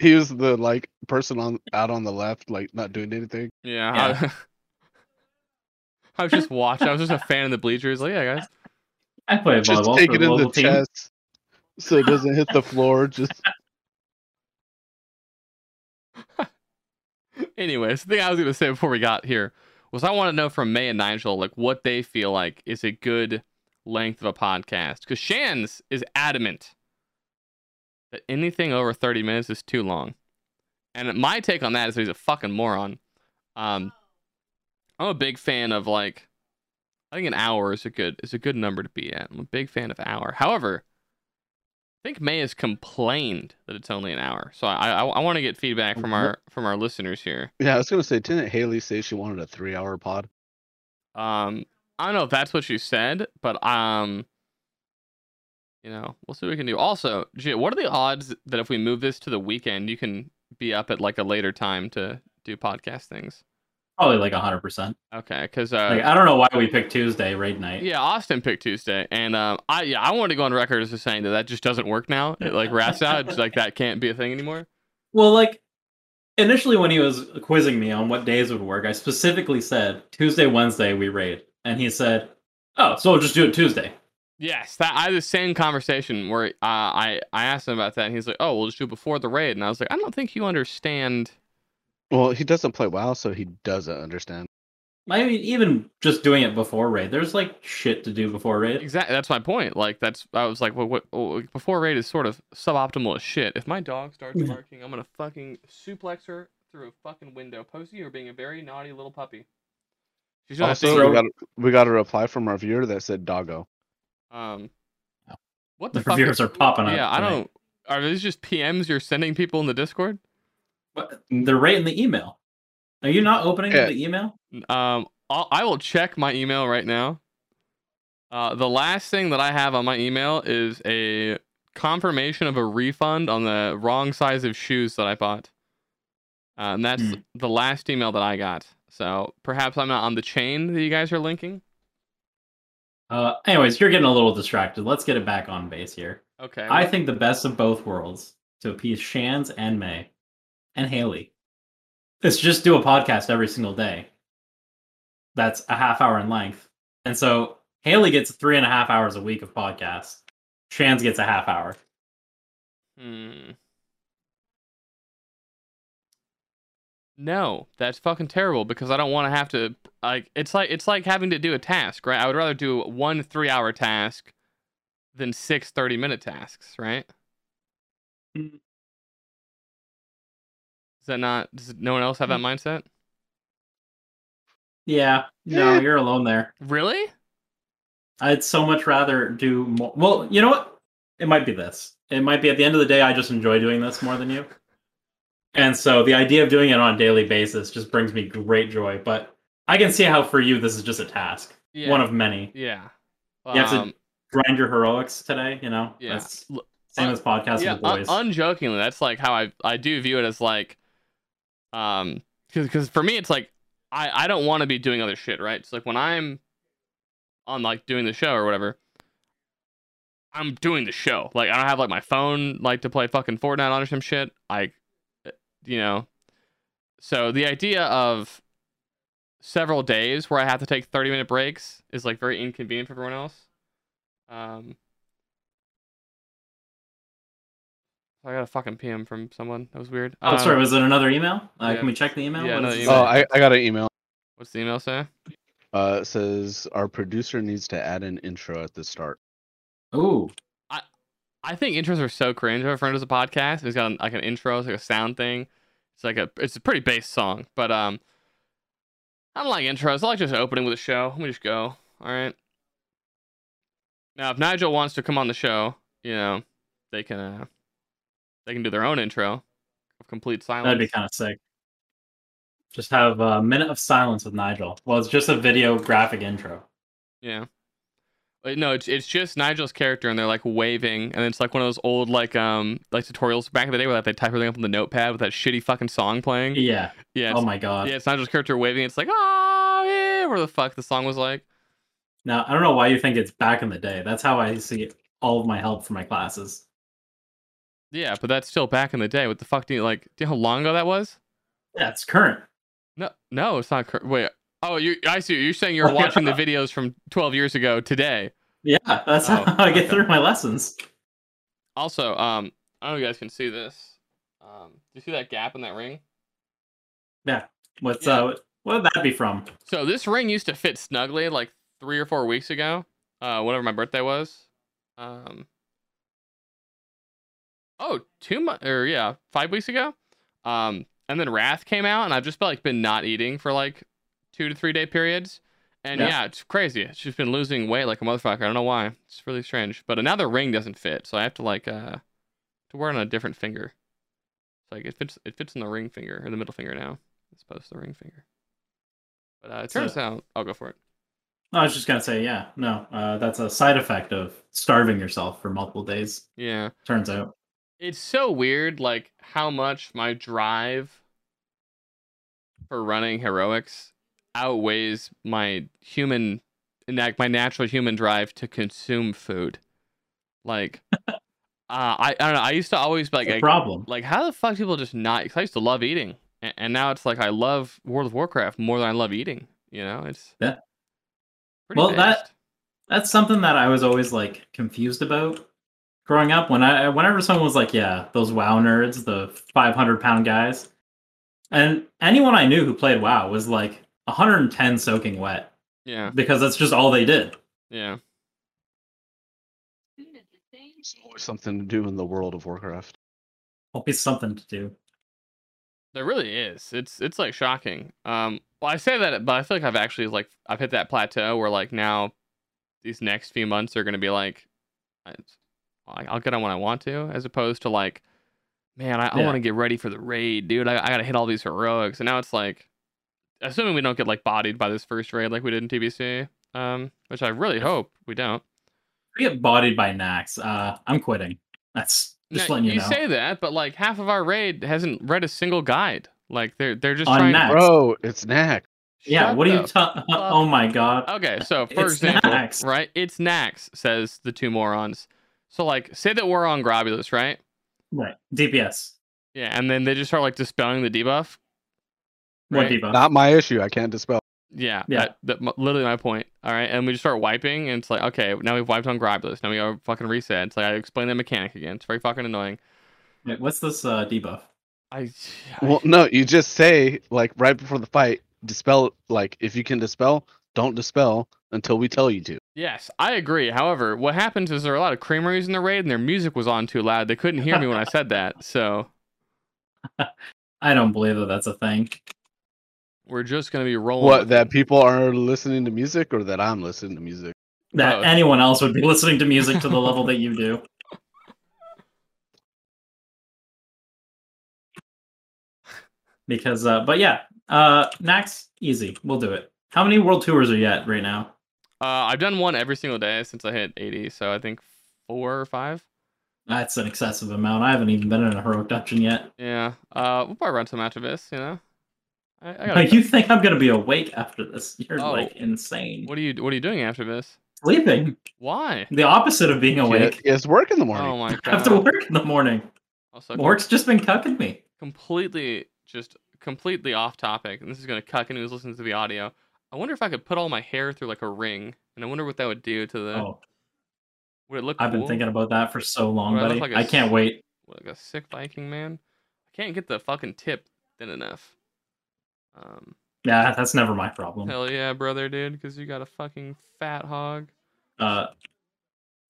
He was the like person on out on the left, like not doing anything.
Yeah. I- I, was just watching. I was just a fan of the bleachers. Like, yeah, guys.
I play volleyball
Just
for
take it
the
in the
local team.
chest so it doesn't hit the floor. Just
Anyways, the thing I was gonna say before we got here was I want to know from May and Nigel like what they feel like is a good length of a podcast because Shans is adamant that anything over thirty minutes is too long, and my take on that is that he's a fucking moron. Um, I'm a big fan of like I think an hour is a good is a good number to be at. I'm a big fan of hour. However, I think May has complained that it's only an hour, so I I, I want to get feedback from our from our listeners here.
yeah, I was gonna say, didn't Haley say she wanted a three hour pod?
Um, I don't know if that's what you said, but um, you know, we'll see what we can do. Also, Gia, what are the odds that if we move this to the weekend, you can be up at like a later time to do podcast things?
Probably like hundred percent.
Okay, because uh,
Like I don't know why we picked Tuesday raid night.
yeah, Austin picked Tuesday, and um, I yeah, I wanted to go on record as just saying that that just doesn't work now. It like wraps out. It's like that can't be a thing anymore.
Well, like initially when he was quizzing me on what days would work, I specifically said Tuesday, Wednesday we raid, and he said, "Oh, so we'll just do it Tuesday."
Yes, that I had the same conversation where uh, I I asked him about that, and he's like, "Oh, we'll just do it before the raid," and I was like, "I don't think you understand."
Well, he doesn't play WoW, so he doesn't understand.
I mean, even just doing it before raid, there's like shit to do before raid.
Exactly, that's my point. Like that's I was like, "Well, what, what before raid is sort of suboptimal as shit." If my dog starts
Yeah.
barking, I'm gonna fucking suplex her through a fucking window. Posey, you're being a very naughty little puppy. She's not
Also,
seeing-
we got we got a reply from our viewer that said doggo.
Um, what the,
The
fuck
reviewers
is-
are popping up.
Yeah, I
today.
don't. Are these just PMs you're sending people in the Discord?
But they're right in the email. Are you not opening
Yeah.
the email?
Um, I'll, I will check my email right now. Uh, the last thing that I have on my email is a confirmation of a refund on the wrong size of shoes that I bought. Uh, and that's
Hmm.
the last email that I got. So perhaps I'm not on the chain that you guys are linking.
Uh, anyways, you're getting a little distracted. Let's get it back on base here.
Okay.
I think the best of both worlds to appease Shans and May and Haley is just do a podcast every single day. That's a half hour in length. And so Haley gets three and a half hours a week of podcasts. Shans gets a half hour.
Hmm. No, that's fucking terrible because I don't want to have to like it's like it's like having to do a task, right? I would rather do one 3-hour task than six 30-minute tasks, right?
Mm.
Is that not does no one else have that
Mm.
mindset?
Yeah, no,
Yeah.
you're alone there.
Really?
I'd so much rather do more. Well, you know what? It might be this. It might be at the end of the day, I just enjoy doing this more than you. And so the idea of doing it on a daily basis just brings me great joy. But I can see how for you, this is just a task,
Yeah.
one of many.
Yeah.
You have to
Um,
Grind your heroics today, you know?
Yeah.
That's
L-
same as podcast
yeah, uh,
with the boys.
Un- unjokingly, that's like how I I do view it as like, um, because for me it's like I I don't want to be doing other shit, right? It's like when I'm on like doing the show or whatever, I'm doing the show. Like I don't have like my phone like to play fucking Fortnite on or some shit. I, you know, so the idea of several days where I have to take 30 minute breaks is like very inconvenient for everyone else. Um, I got a fucking PM from someone. That was weird.
oh,
Um,
sorry. Was it another email? Uh,
yeah.
Can we check the email?
Yeah,
What does
another
it
email.
Oh,
say?
I, I got an email.
What's the email say?
Uh, it says our producer needs to add an intro at the start.
Ooh.
I think intros are so cringe. I have a friend who does a podcast. He's got an, like an intro, it's like a sound thing. It's like a it's a pretty bass song, but um, I don't like intros. I like just opening with a show. We just go. All right. Now, if Nigel wants to come on the show, you know, they can uh, they can do their own intro of complete silence.
That'd be kind of sick. Just have a minute of silence with Nigel. Well, it's just a video graphic intro.
Yeah. But no, it's it's just Nigel's character, and they're like waving, and it's like one of those old like um like tutorials back in the day where like, they type everything up on the notepad with that shitty fucking song playing. Yeah,
Yeah.
it's,
oh my god.
yeah, it's Nigel's character waving. It's like oh yeah, where the fuck the song was like.
Now I don't know why you think it's back in the day. That's how I see all of my help for my classes.
Yeah, but that's still back in the day. What the fuck do you like? Do you know how long ago that was?
Yeah, it's current.
No, no, it's not. Cur- Wait, oh, you I see. You're saying you're watching the videos from 12 years ago today.
Yeah, that's
Oh,
how I get
okay.
through my lessons.
Also, um, I don't know if you guys can see this. Um, do you see that gap in that ring?
What's
Yeah.
uh, what would that be from?
So this ring used to fit snugly like three or four weeks ago, uh, whenever my birthday was. Um, oh, two months or yeah, five weeks ago. Um, and then Wrath came out, and I've just like been not eating for like two to three day periods. And yeah.
Yeah.
it's crazy. She's been losing weight like a motherfucker. I don't know why. It's really strange. But now the ring doesn't fit, so I have to like uh to wear it on a different finger. It's like it fits it fits in the ring finger or the middle finger now, as opposed to the ring finger. But uh, it
So-
turns out I'll go for it.
No, I was just gonna say, yeah, no, uh, that's a side effect of starving yourself for multiple days.
Yeah.
Turns out,
It's so weird, like how much my drive for running heroics outweighs my human, like my natural human drive to consume food. Like, uh, I I don't know. I used to always be like,
it's a
like,
problem.
like, how the fuck do people just not? Cause I used to love eating. and, and now it's like I love World of Warcraft more than I love eating. You know, it's
Yeah.
Pretty
Well, that-
based.
That's something that I was always like confused about growing up. When I whenever someone was like, "Yeah, those WoW nerds, the 500 pound guys," and anyone I knew who played WoW was like 110 soaking wet
yeah,
because that's just all they did.
yeah.
There's always something to do in the world of Warcraft.
Always something to do.
There really is. It's it's like shocking. Um, well, I say that, but I feel like I've actually like I've hit that plateau where like now, these next few months are gonna be like, I- I- I'll get on when I want to, as opposed to like, man, I, I
Yeah.
want to get ready for the raid, dude. I, I gotta hit all these heroics, and now it's like, assuming we don't get like bodied by this first raid like we did in TBC, um, which I really hope we don't.
We get bodied by Nax. Uh, I'm quitting. That's just
Now,
letting you, know.
say that, but like half of our raid hasn't read a single guide. Like they're they're just
On
trying.
Nax.
Bro, it's Knack.
yeah.
Shut
what are you?
the
Ta- oh my god.
Okay, so for
It's
example,
Nax.
right? It's Nax, says the two morons. So like say that we're on Grobulus, right?
Right. DPS.
Yeah, and then they just start like dispelling the debuff.
What
Right.
debuff?
Not my issue. I can't dispel.
Yeah,
Yeah.
that- that mu- literally my point. All right, and we just start wiping, and it's like, okay, now we've wiped on Grobulus. Now we go fucking reset. It's like I explained that mechanic again. It's very fucking annoying.
Wait, what's this uh, debuff?
I,
Well, no, you just say like right before the fight, dispel. Like if you can dispel, don't dispel until we tell you to.
Yes, I agree. However, what happens is there are a lot of creameries in the raid, and their music was on too loud. They couldn't hear me when I said that, so
I don't believe that that's a thing.
we're just gonna be
Oh,
rolling.
What
with
that
it.
people are listening to music or that I'm listening to music?
That
Oh.
anyone else would be listening to music to the level that you do. Because, uh, but yeah, uh, Nax, easy. We'll do it. How many world tours are you at right now?
Uh, I've done one every single day since I hit 80, so I think four or five.
That's an excessive amount. I haven't even been in a heroic dungeon yet.
Yeah. Uh, we'll probably run some after this, you know. I, I gotta.
Like, you think I'm gonna be awake after this? You're
Oh.
like insane.
What are you What are you doing after this?
Sleeping.
Why?
The opposite of being awake.
Yeah, it's work in the
Oh my
morning.
I have to
god.
work in the morning.
Also,
Work's just been cucking me.
completely just completely off topic, and this is gonna cuck anyone who's listening to the audio. I wonder if I could put all my hair through like a ring, and I wonder what that would do to the.
Oh,
Would it look?
I've been
cool?
thinking about that for so long,
Well, I look
buddy.
like a
I can't
s-
wait.
like a sick Viking man. I can't get the fucking tip thin enough. Um.
Yeah, that's never my problem.
Hell yeah, brother, dude, because you got a fucking fat hog.
Uh,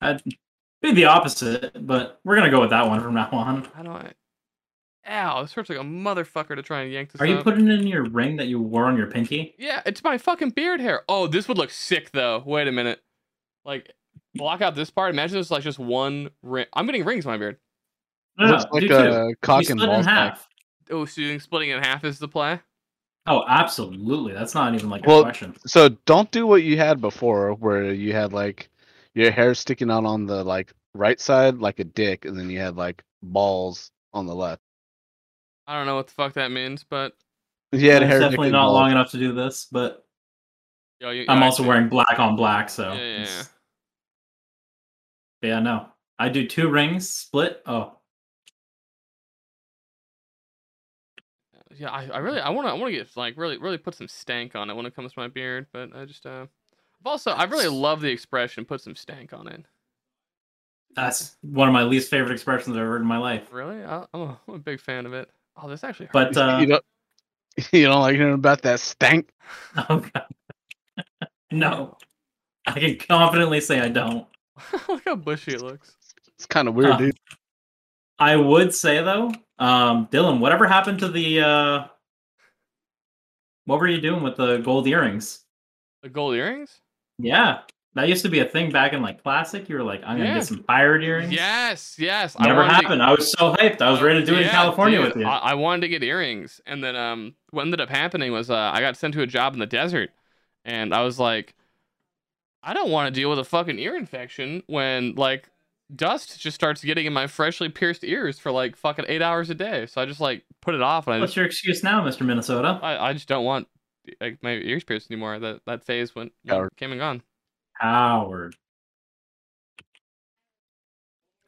I'd be the opposite, but we're gonna go with that one from now on.
How do I? Ow, this hurts like a motherfucker to try and yank this.
Are you
up.
putting in your ring that you wore on your pinky?
Yeah, it's my fucking beard hair. Oh, this would look sick though. Wait a minute. Like, block out this part. Imagine it's like just one ring. I'm getting rings in my beard.
No, no,
Looks
Oh, do
like
two.
a
You
cock and
split in
balls.
half.
pack.
Oh, so you think splitting it in half is the play?
Oh, absolutely. That's not even like
Well-
a question.
So don't do what you had before, where you had like your hair sticking out on the like right side like a dick, and then you had like balls on the left.
I don't know what the fuck that means, but
You had
It's
hair. dick,
definitely
and
not
balls.
long enough to do this, but
yo, you,
I'm
yo, I
also
see.
wearing black on black, so
Yeah, yeah, yeah.
it's- yeah, no. I do two rings split. Oh,
Yeah, I, I really, I want to, I want to get like really, really put some stank on it when it comes to my beard. But I just, uh, I've also, I really love the expression, put some stank on it.
that's one of my least favorite expressions I've ever heard in my life.
Really, I, I'm, a, I'm a big fan of it. Oh, this actually hurts.
But uh,
you don't. You don't like hearing about that stank.
oh, God. no, I can confidently say I don't.
Look how bushy it looks.
It's kind of weird,
Huh.
dude.
I would say though, um, Dylan, whatever happened to the uh, what were you doing with the gold earrings?
The gold earrings?
Yeah, that used to be a thing back in like classic. You were like, I'm gonna
Yeah.
get some pirate earrings.
Yes, yes.
never
wanted to-
happened. I was so hyped. I was ready to do it in
Yeah,
California
dude,
with you.
I, I wanted to get earrings, and then um, what ended up happening was uh, I got sent to a job in the desert, and I was like, I don't want to deal with a fucking ear infection when like dust just starts getting in my freshly pierced ears for like fucking eight hours a day. So I just like put it off, and I just
What's your excuse now, Mister Minnesota?
I, I just don't want like my ears pierced anymore. That that phase went went-
Coward.
came and gone.
Howard.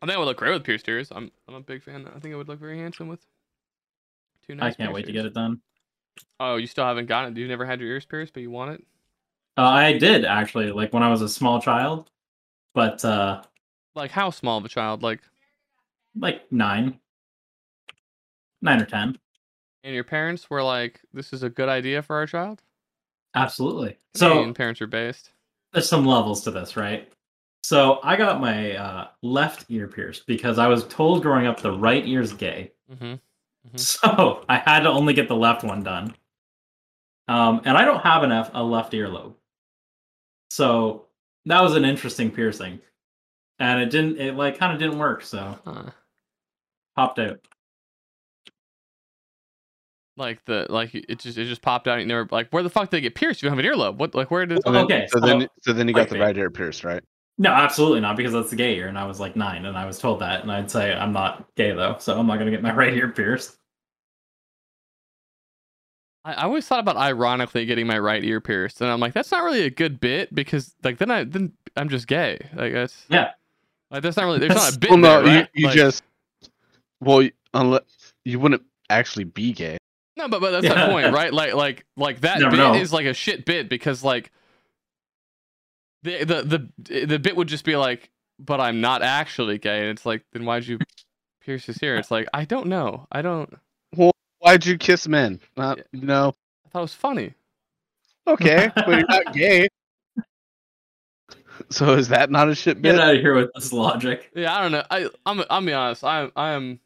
I think it would look great with pierced ears. I'm I'm a big fan. I think it would look very handsome with Two
I
nice
can't wait to get
piercings.
it done.
Oh, you still haven't gotten it. You never had your ears pierced, but you want it.
Uh, I did actually, like when I was a small child, but uh,
Like how small of a child? Like,
like nine, nine or ten.
and your parents were like, "This is a good idea for our child."
Absolutely.
Canadian
So
parents are based.
there's some levels to this, right? So I got my uh, left ear pierced because I was told growing up the right ear's gay.
Mm-hmm. Mhm.
So I had to only get the left one done. Um, and I don't have enough a left earlobe. So that was an interesting piercing. And it didn't it like kind of didn't work, so
Huh.
popped out.
Like the like it just it just popped out. And you never like where the fuck did it get pierced? You don't have an earlobe. What like where did?
So then,
Okay,
So
so-
then, so then you got the
Okay.
right ear pierced, right?
No, absolutely not, because that's the gay ear, and I was like nine and I was told that, and I'd say I'm not gay though, so I'm not gonna get my right ear pierced.
I, I always thought about ironically getting my right ear pierced, and I'm like, that's not really a good bit because like then I then I'm just gay. Like that's
Yeah.
Like that's not really there's not a bit.
Well, no,
there, right?
you, you
Like-
just well, unless you wouldn't actually be gay.
No, but but that's my
Yeah.
point, right? Like like like that
Never
bit
know.
is like a shit bit because like the the the the bit would just be like, but I'm not actually gay, and it's like, then why'd you pierce his ear? It's like I don't know, I don't.
Why'd you kiss men? Not you know.
I thought it was funny.
Okay, but you're not gay. So is that not a shit bit?
Get out of here with this logic.
Yeah, I don't know. I I'm I'm be honest. I'm I'm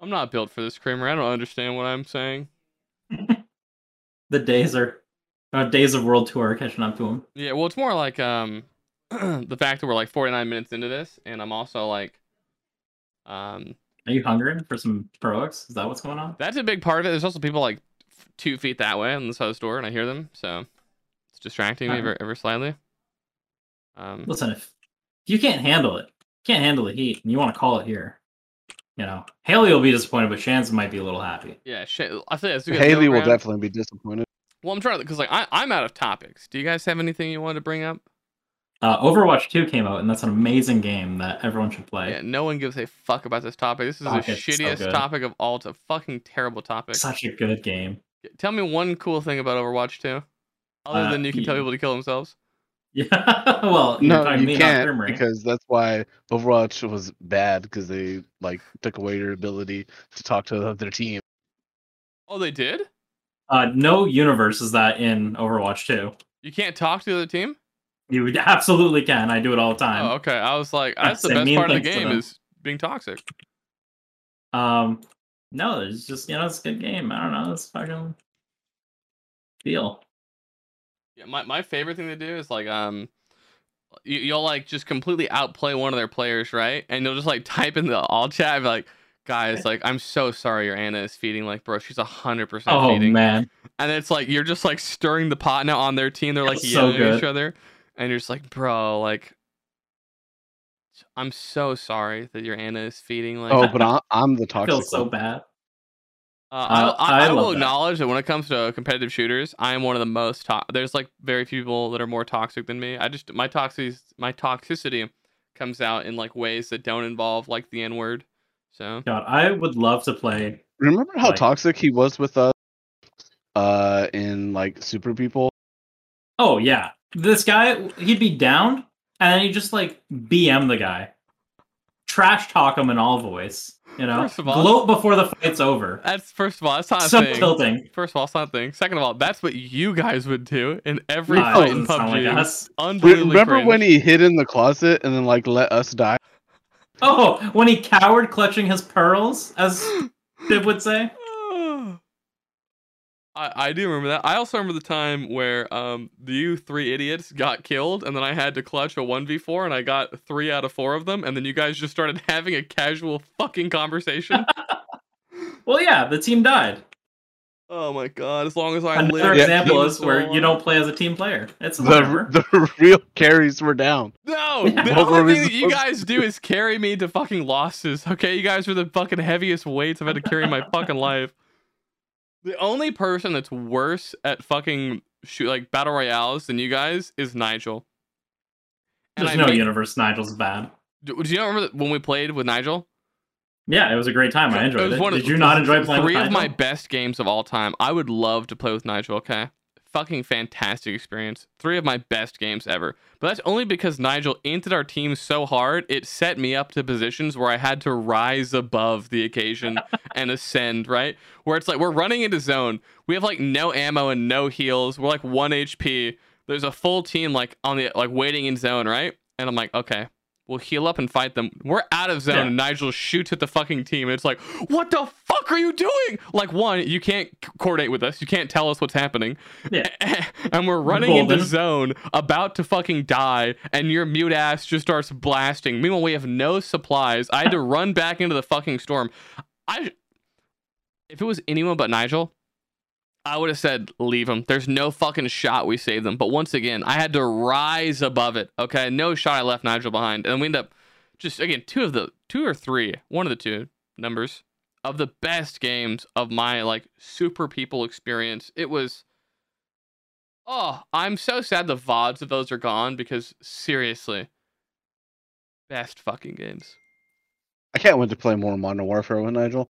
I'm not built for this, Kramer. I don't understand what I'm saying.
The days are uh, days of world tour are catching up to him.
Yeah, well, it's more like um the fact that we're like 49 minutes into this, and I'm also like um
Are you hungering for some Prox? Is that what's going on?
That's a big part of it. There's also people like f- two feet that way on this house door, and I hear them, so it's distracting me
Uh-huh.
ever, ever slightly. Um,
Listen, if you can't handle it, can't handle the heat, and you want to call it here, you know, Haley will be disappointed, but Shans might be a little happy.
yeah, shit. I think that's a good
Haley
middle
will
ground.
definitely be disappointed.
Well, I'm trying to because like I, I'm out of topics. Do you guys have anything you wanted to bring up?
Uh, Overwatch 2 came out, and that's an amazing game that everyone should play.
Yeah, no one gives a fuck about this topic. This is
Fuck,
the
it's so
shittiest
good.
topic of all. It's a fucking terrible topic.
Such a good game.
Tell me one cool thing about Overwatch 2, other
Uh,
than you can tell
yeah.
people to kill themselves.
Yeah. well, you're
No,
talking
you
me, not
can't
Grimmer.
because that's why Overwatch was bad because they like took away your ability to talk to the other team.
Oh, they did.
uh, no universe is that in Overwatch 2.
You can't talk to the other team.
You would- absolutely can. I do it all the time.
Oh, okay. I was like,
I'm
that's the
saying
best
mean
part of the
things to
game
them.
is being toxic.
Um, no, it's just you know, it's a good game. I don't know. It's fucking deal.
Yeah, my, my favorite thing to do is like um you, you'll like just completely outplay one of their players, right? And you'll just like type in the all chat and be like, guys, like I'm so sorry your Anna is feeding. Like, bro, she's hundred percent
Oh
feeding.
man,
And it's like you're just like stirring the pot now on their team. They're like
That's so
yelling at each
good.
other. And you're just like, bro, like I'm so sorry that your Anna is feeding. Like
Oh, but I, I'm the
I
toxic.
feel so
one.
bad.
Uh, I,
Uh,
I,
I
I will
love that.
acknowledge that when it comes to competitive shooters, I am one of the most to- there's like very few people that are more toxic than me. I just my toxic my toxicity comes out in like ways that don't involve like the N word. So
God, I would love to play.
Remember how
Like-
toxic he was with us uh in like Super People?
Oh yeah, this guy he'd be down, and then you just like BM the guy, trash talk him in all voice. You know,
First of all-
gloat before the fight's over.
that's first of all, that's not a
So
thing.
tilting.
First of all, it's not a thing. Second of all, that's what you guys would do in every
Nah, it
fight in
doesn't sound Ah, like
PUBG.
us.
Unbelievably
Remember
cringe.
when he hid in the closet and then like let us die?
Oh, when he cowered, clutching his pearls, as Dib would say.
I, I do remember that. I also remember the time where um the you three idiots got killed, and then I had to clutch a one v four, and I got three out of four of them, and then you guys just started having a casual fucking conversation.
Well, yeah, the team died.
oh my god! As long as I live,
Another
this
example
team
is where
still
you
alive.
don't play as a team player. It's
The
whatever.
the real carries were down.
No, the
What were
only
we
thing that you
supposed
guys do is carry me to fucking losses. Okay, you guys are the fucking heaviest weights I've had to carry in my fucking life. The only person that's worse at fucking shoot like battle royales than you guys is Nigel. And
There's
I
no
mean-
universe. Nigel's bad.
do, do you remember that when we played with Nigel?
Yeah, it was a great time. I enjoyed it.
was one of-
Did you not enjoy playing
Three
with
of my
Nigel?
best games of all time. I would love to play with Nigel. Okay, fucking fantastic experience. Three of my best games ever. But that's only because Nigel inted our team so hard it set me up to positions where I had to rise above the occasion and ascend. Right where it's like we're running into zone. We have like no ammo and no heals. We're like one HP. There's a full team like on the like waiting in zone. Right, and I'm like okay. We'll heal up and fight them. We're out of zone,
Yeah.
and Nigel shoots at the fucking team. It's like, what the fuck are you doing? Like, one, you can't c- coordinate with us. You can't tell us what's happening.
Yeah.
and we're running into
Golden.
zone, about to fucking die, and your mute ass just starts blasting. Meanwhile, we have no supplies. I had to run back into the fucking storm. I, if it was anyone but Nigel, I would have said leave him. There's no fucking shot we save them. But once again, I had to rise above it. Okay, no shot. I left Nigel behind, and we end up just again two of the two or three, one of the two numbers of the best games of my like super people experience. It was. Oh, I'm so sad the VODs of those are gone because seriously, best fucking games.
I can't wait to play more Modern Warfare with Nigel.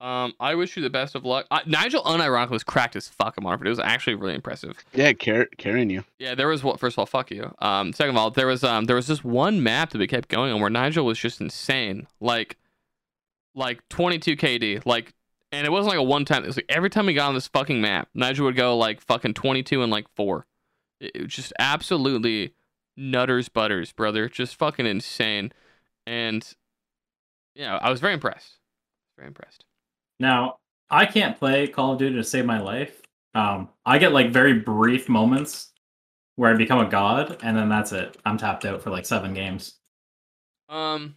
Um, I wish you the best of luck. I, Nigel, unironically, was cracked as fuck at Marford. It was actually really impressive.
Yeah, car- carrying you.
Yeah, there was what. First of all, fuck you. Um, second of all, there was um, there was this one map that we kept going on where Nigel was just insane. Like, like 22 KD. Like, and it wasn't like a one time. It was like every time we got on this fucking map, Nigel would go like fucking 22 and like four. It, it was just absolutely nutters butters, brother. Just fucking insane. And you know, I was very impressed. Very impressed.
Now, I can't play Call of Duty to save my life. Um, I get like very brief moments where I become a god, and then that's it. I'm tapped out for like seven games.
Um,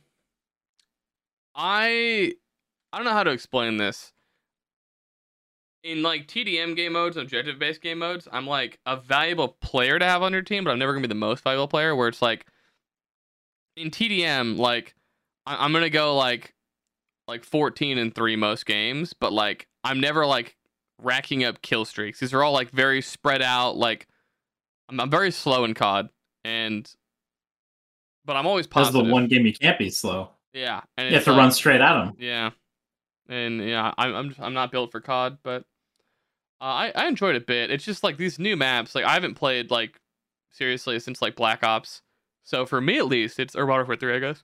I I don't know how to explain this. In like TDM game modes, objective based game modes, I'm like a valuable player to have on your team, but I'm never gonna be the most valuable player. Where it's like in TDM, like I- I'm gonna go like like 14 and three most games, but like I'm never like racking up kill streaks. These are all like very spread out. Like I'm, I'm very slow in COD, and but I'm always
This is
positive.
the one game you can't be slow.
Yeah, and
You have
it's
to
like-
run straight at them.
Yeah, and yeah, I'm I'm just, I'm not built for COD, but uh, I I enjoyed it a bit. It's just like these new maps. Like I haven't played like seriously since like Black Ops, so for me at least, it's or Modern Warfare Three, I guess.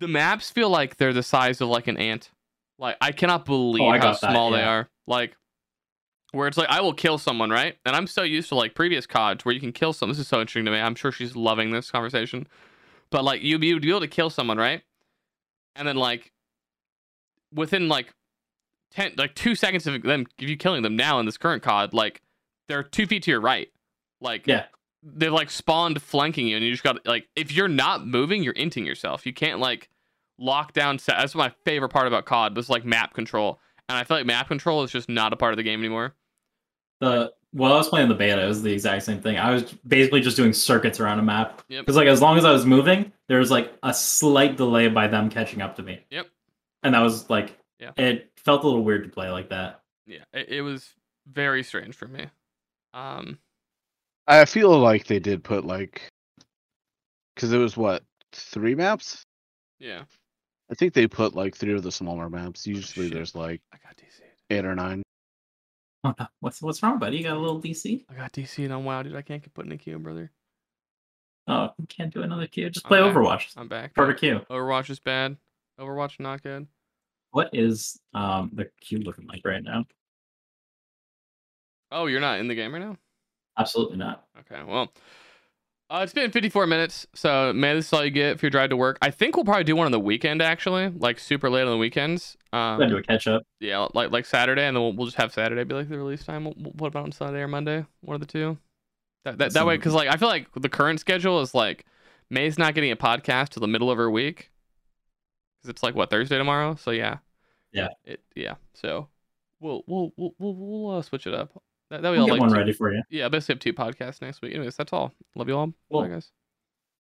The maps feel like they're the size of like an ant. Like I cannot believe
Oh, I
how
got that,
small they
yeah.
are. Like where it's like I will kill someone, right? And I'm so used to like previous CODs where you can kill someone. This is so interesting to me. I'm sure she's loving this conversation. But like you you'd be able to kill someone, right? And then like within like ten like two seconds of them of you killing them now in this current COD, like they're two feet to your right. Like
Yeah.
they've like spawned flanking you and you just got like if you're not moving, you're inting yourself. You can't like lock down set that's my favorite part about COD was like map control. And I feel like map control is just not a part of the game anymore.
The while I was playing the beta, it was the exact same thing. I was basically just doing circuits around a map
Yep.
because, like, as long as I was moving, there was like a slight delay by them catching up to me.
Yep.
And that was like,
Yeah.
it felt a little weird to play like that.
Yeah. It, it was very strange for me. Um
I feel like they did put like, because it was what three maps.
yeah.
I think they put like three of the smaller maps. Usually
shit.
there's like
I got DC'd.
eight or nine.
Oh, no. What's what's wrong, buddy? You got a little DC?
I got DC'd on WoW, dude. I can't get put in a queue, brother.
Oh, you can't do another queue. Just play
Okay.
Overwatch.
I'm back.
Perfect queue.
Overwatch is bad. Overwatch not good.
What is um the queue looking like right now?
Oh, you're not in the game right now?
Absolutely not.
Okay, well, uh, it's been 54 minutes, so man, this is all you get for your drive to work. I think we'll probably do one on the weekend, actually, like super late on the weekends.
I'm gonna do
Um,
a catch up.
yeah, like like Saturday, and then we'll, we'll just have Saturday be like the release time. We'll, we'll put it on Sunday or Monday, one of the two. That that, that way, because like I feel like the current schedule is like May's not getting a podcast till the middle of her week, because it's like what Thursday tomorrow. So yeah,
Yeah.
it yeah. So we'll we'll we'll we'll, we'll uh, switch it up. That, that we
I'll
all
get
like
one
to-
ready for you.
yeah, I basically have two podcasts next week. Anyways, that's all. Love you all.
Cool.
Bye, guys.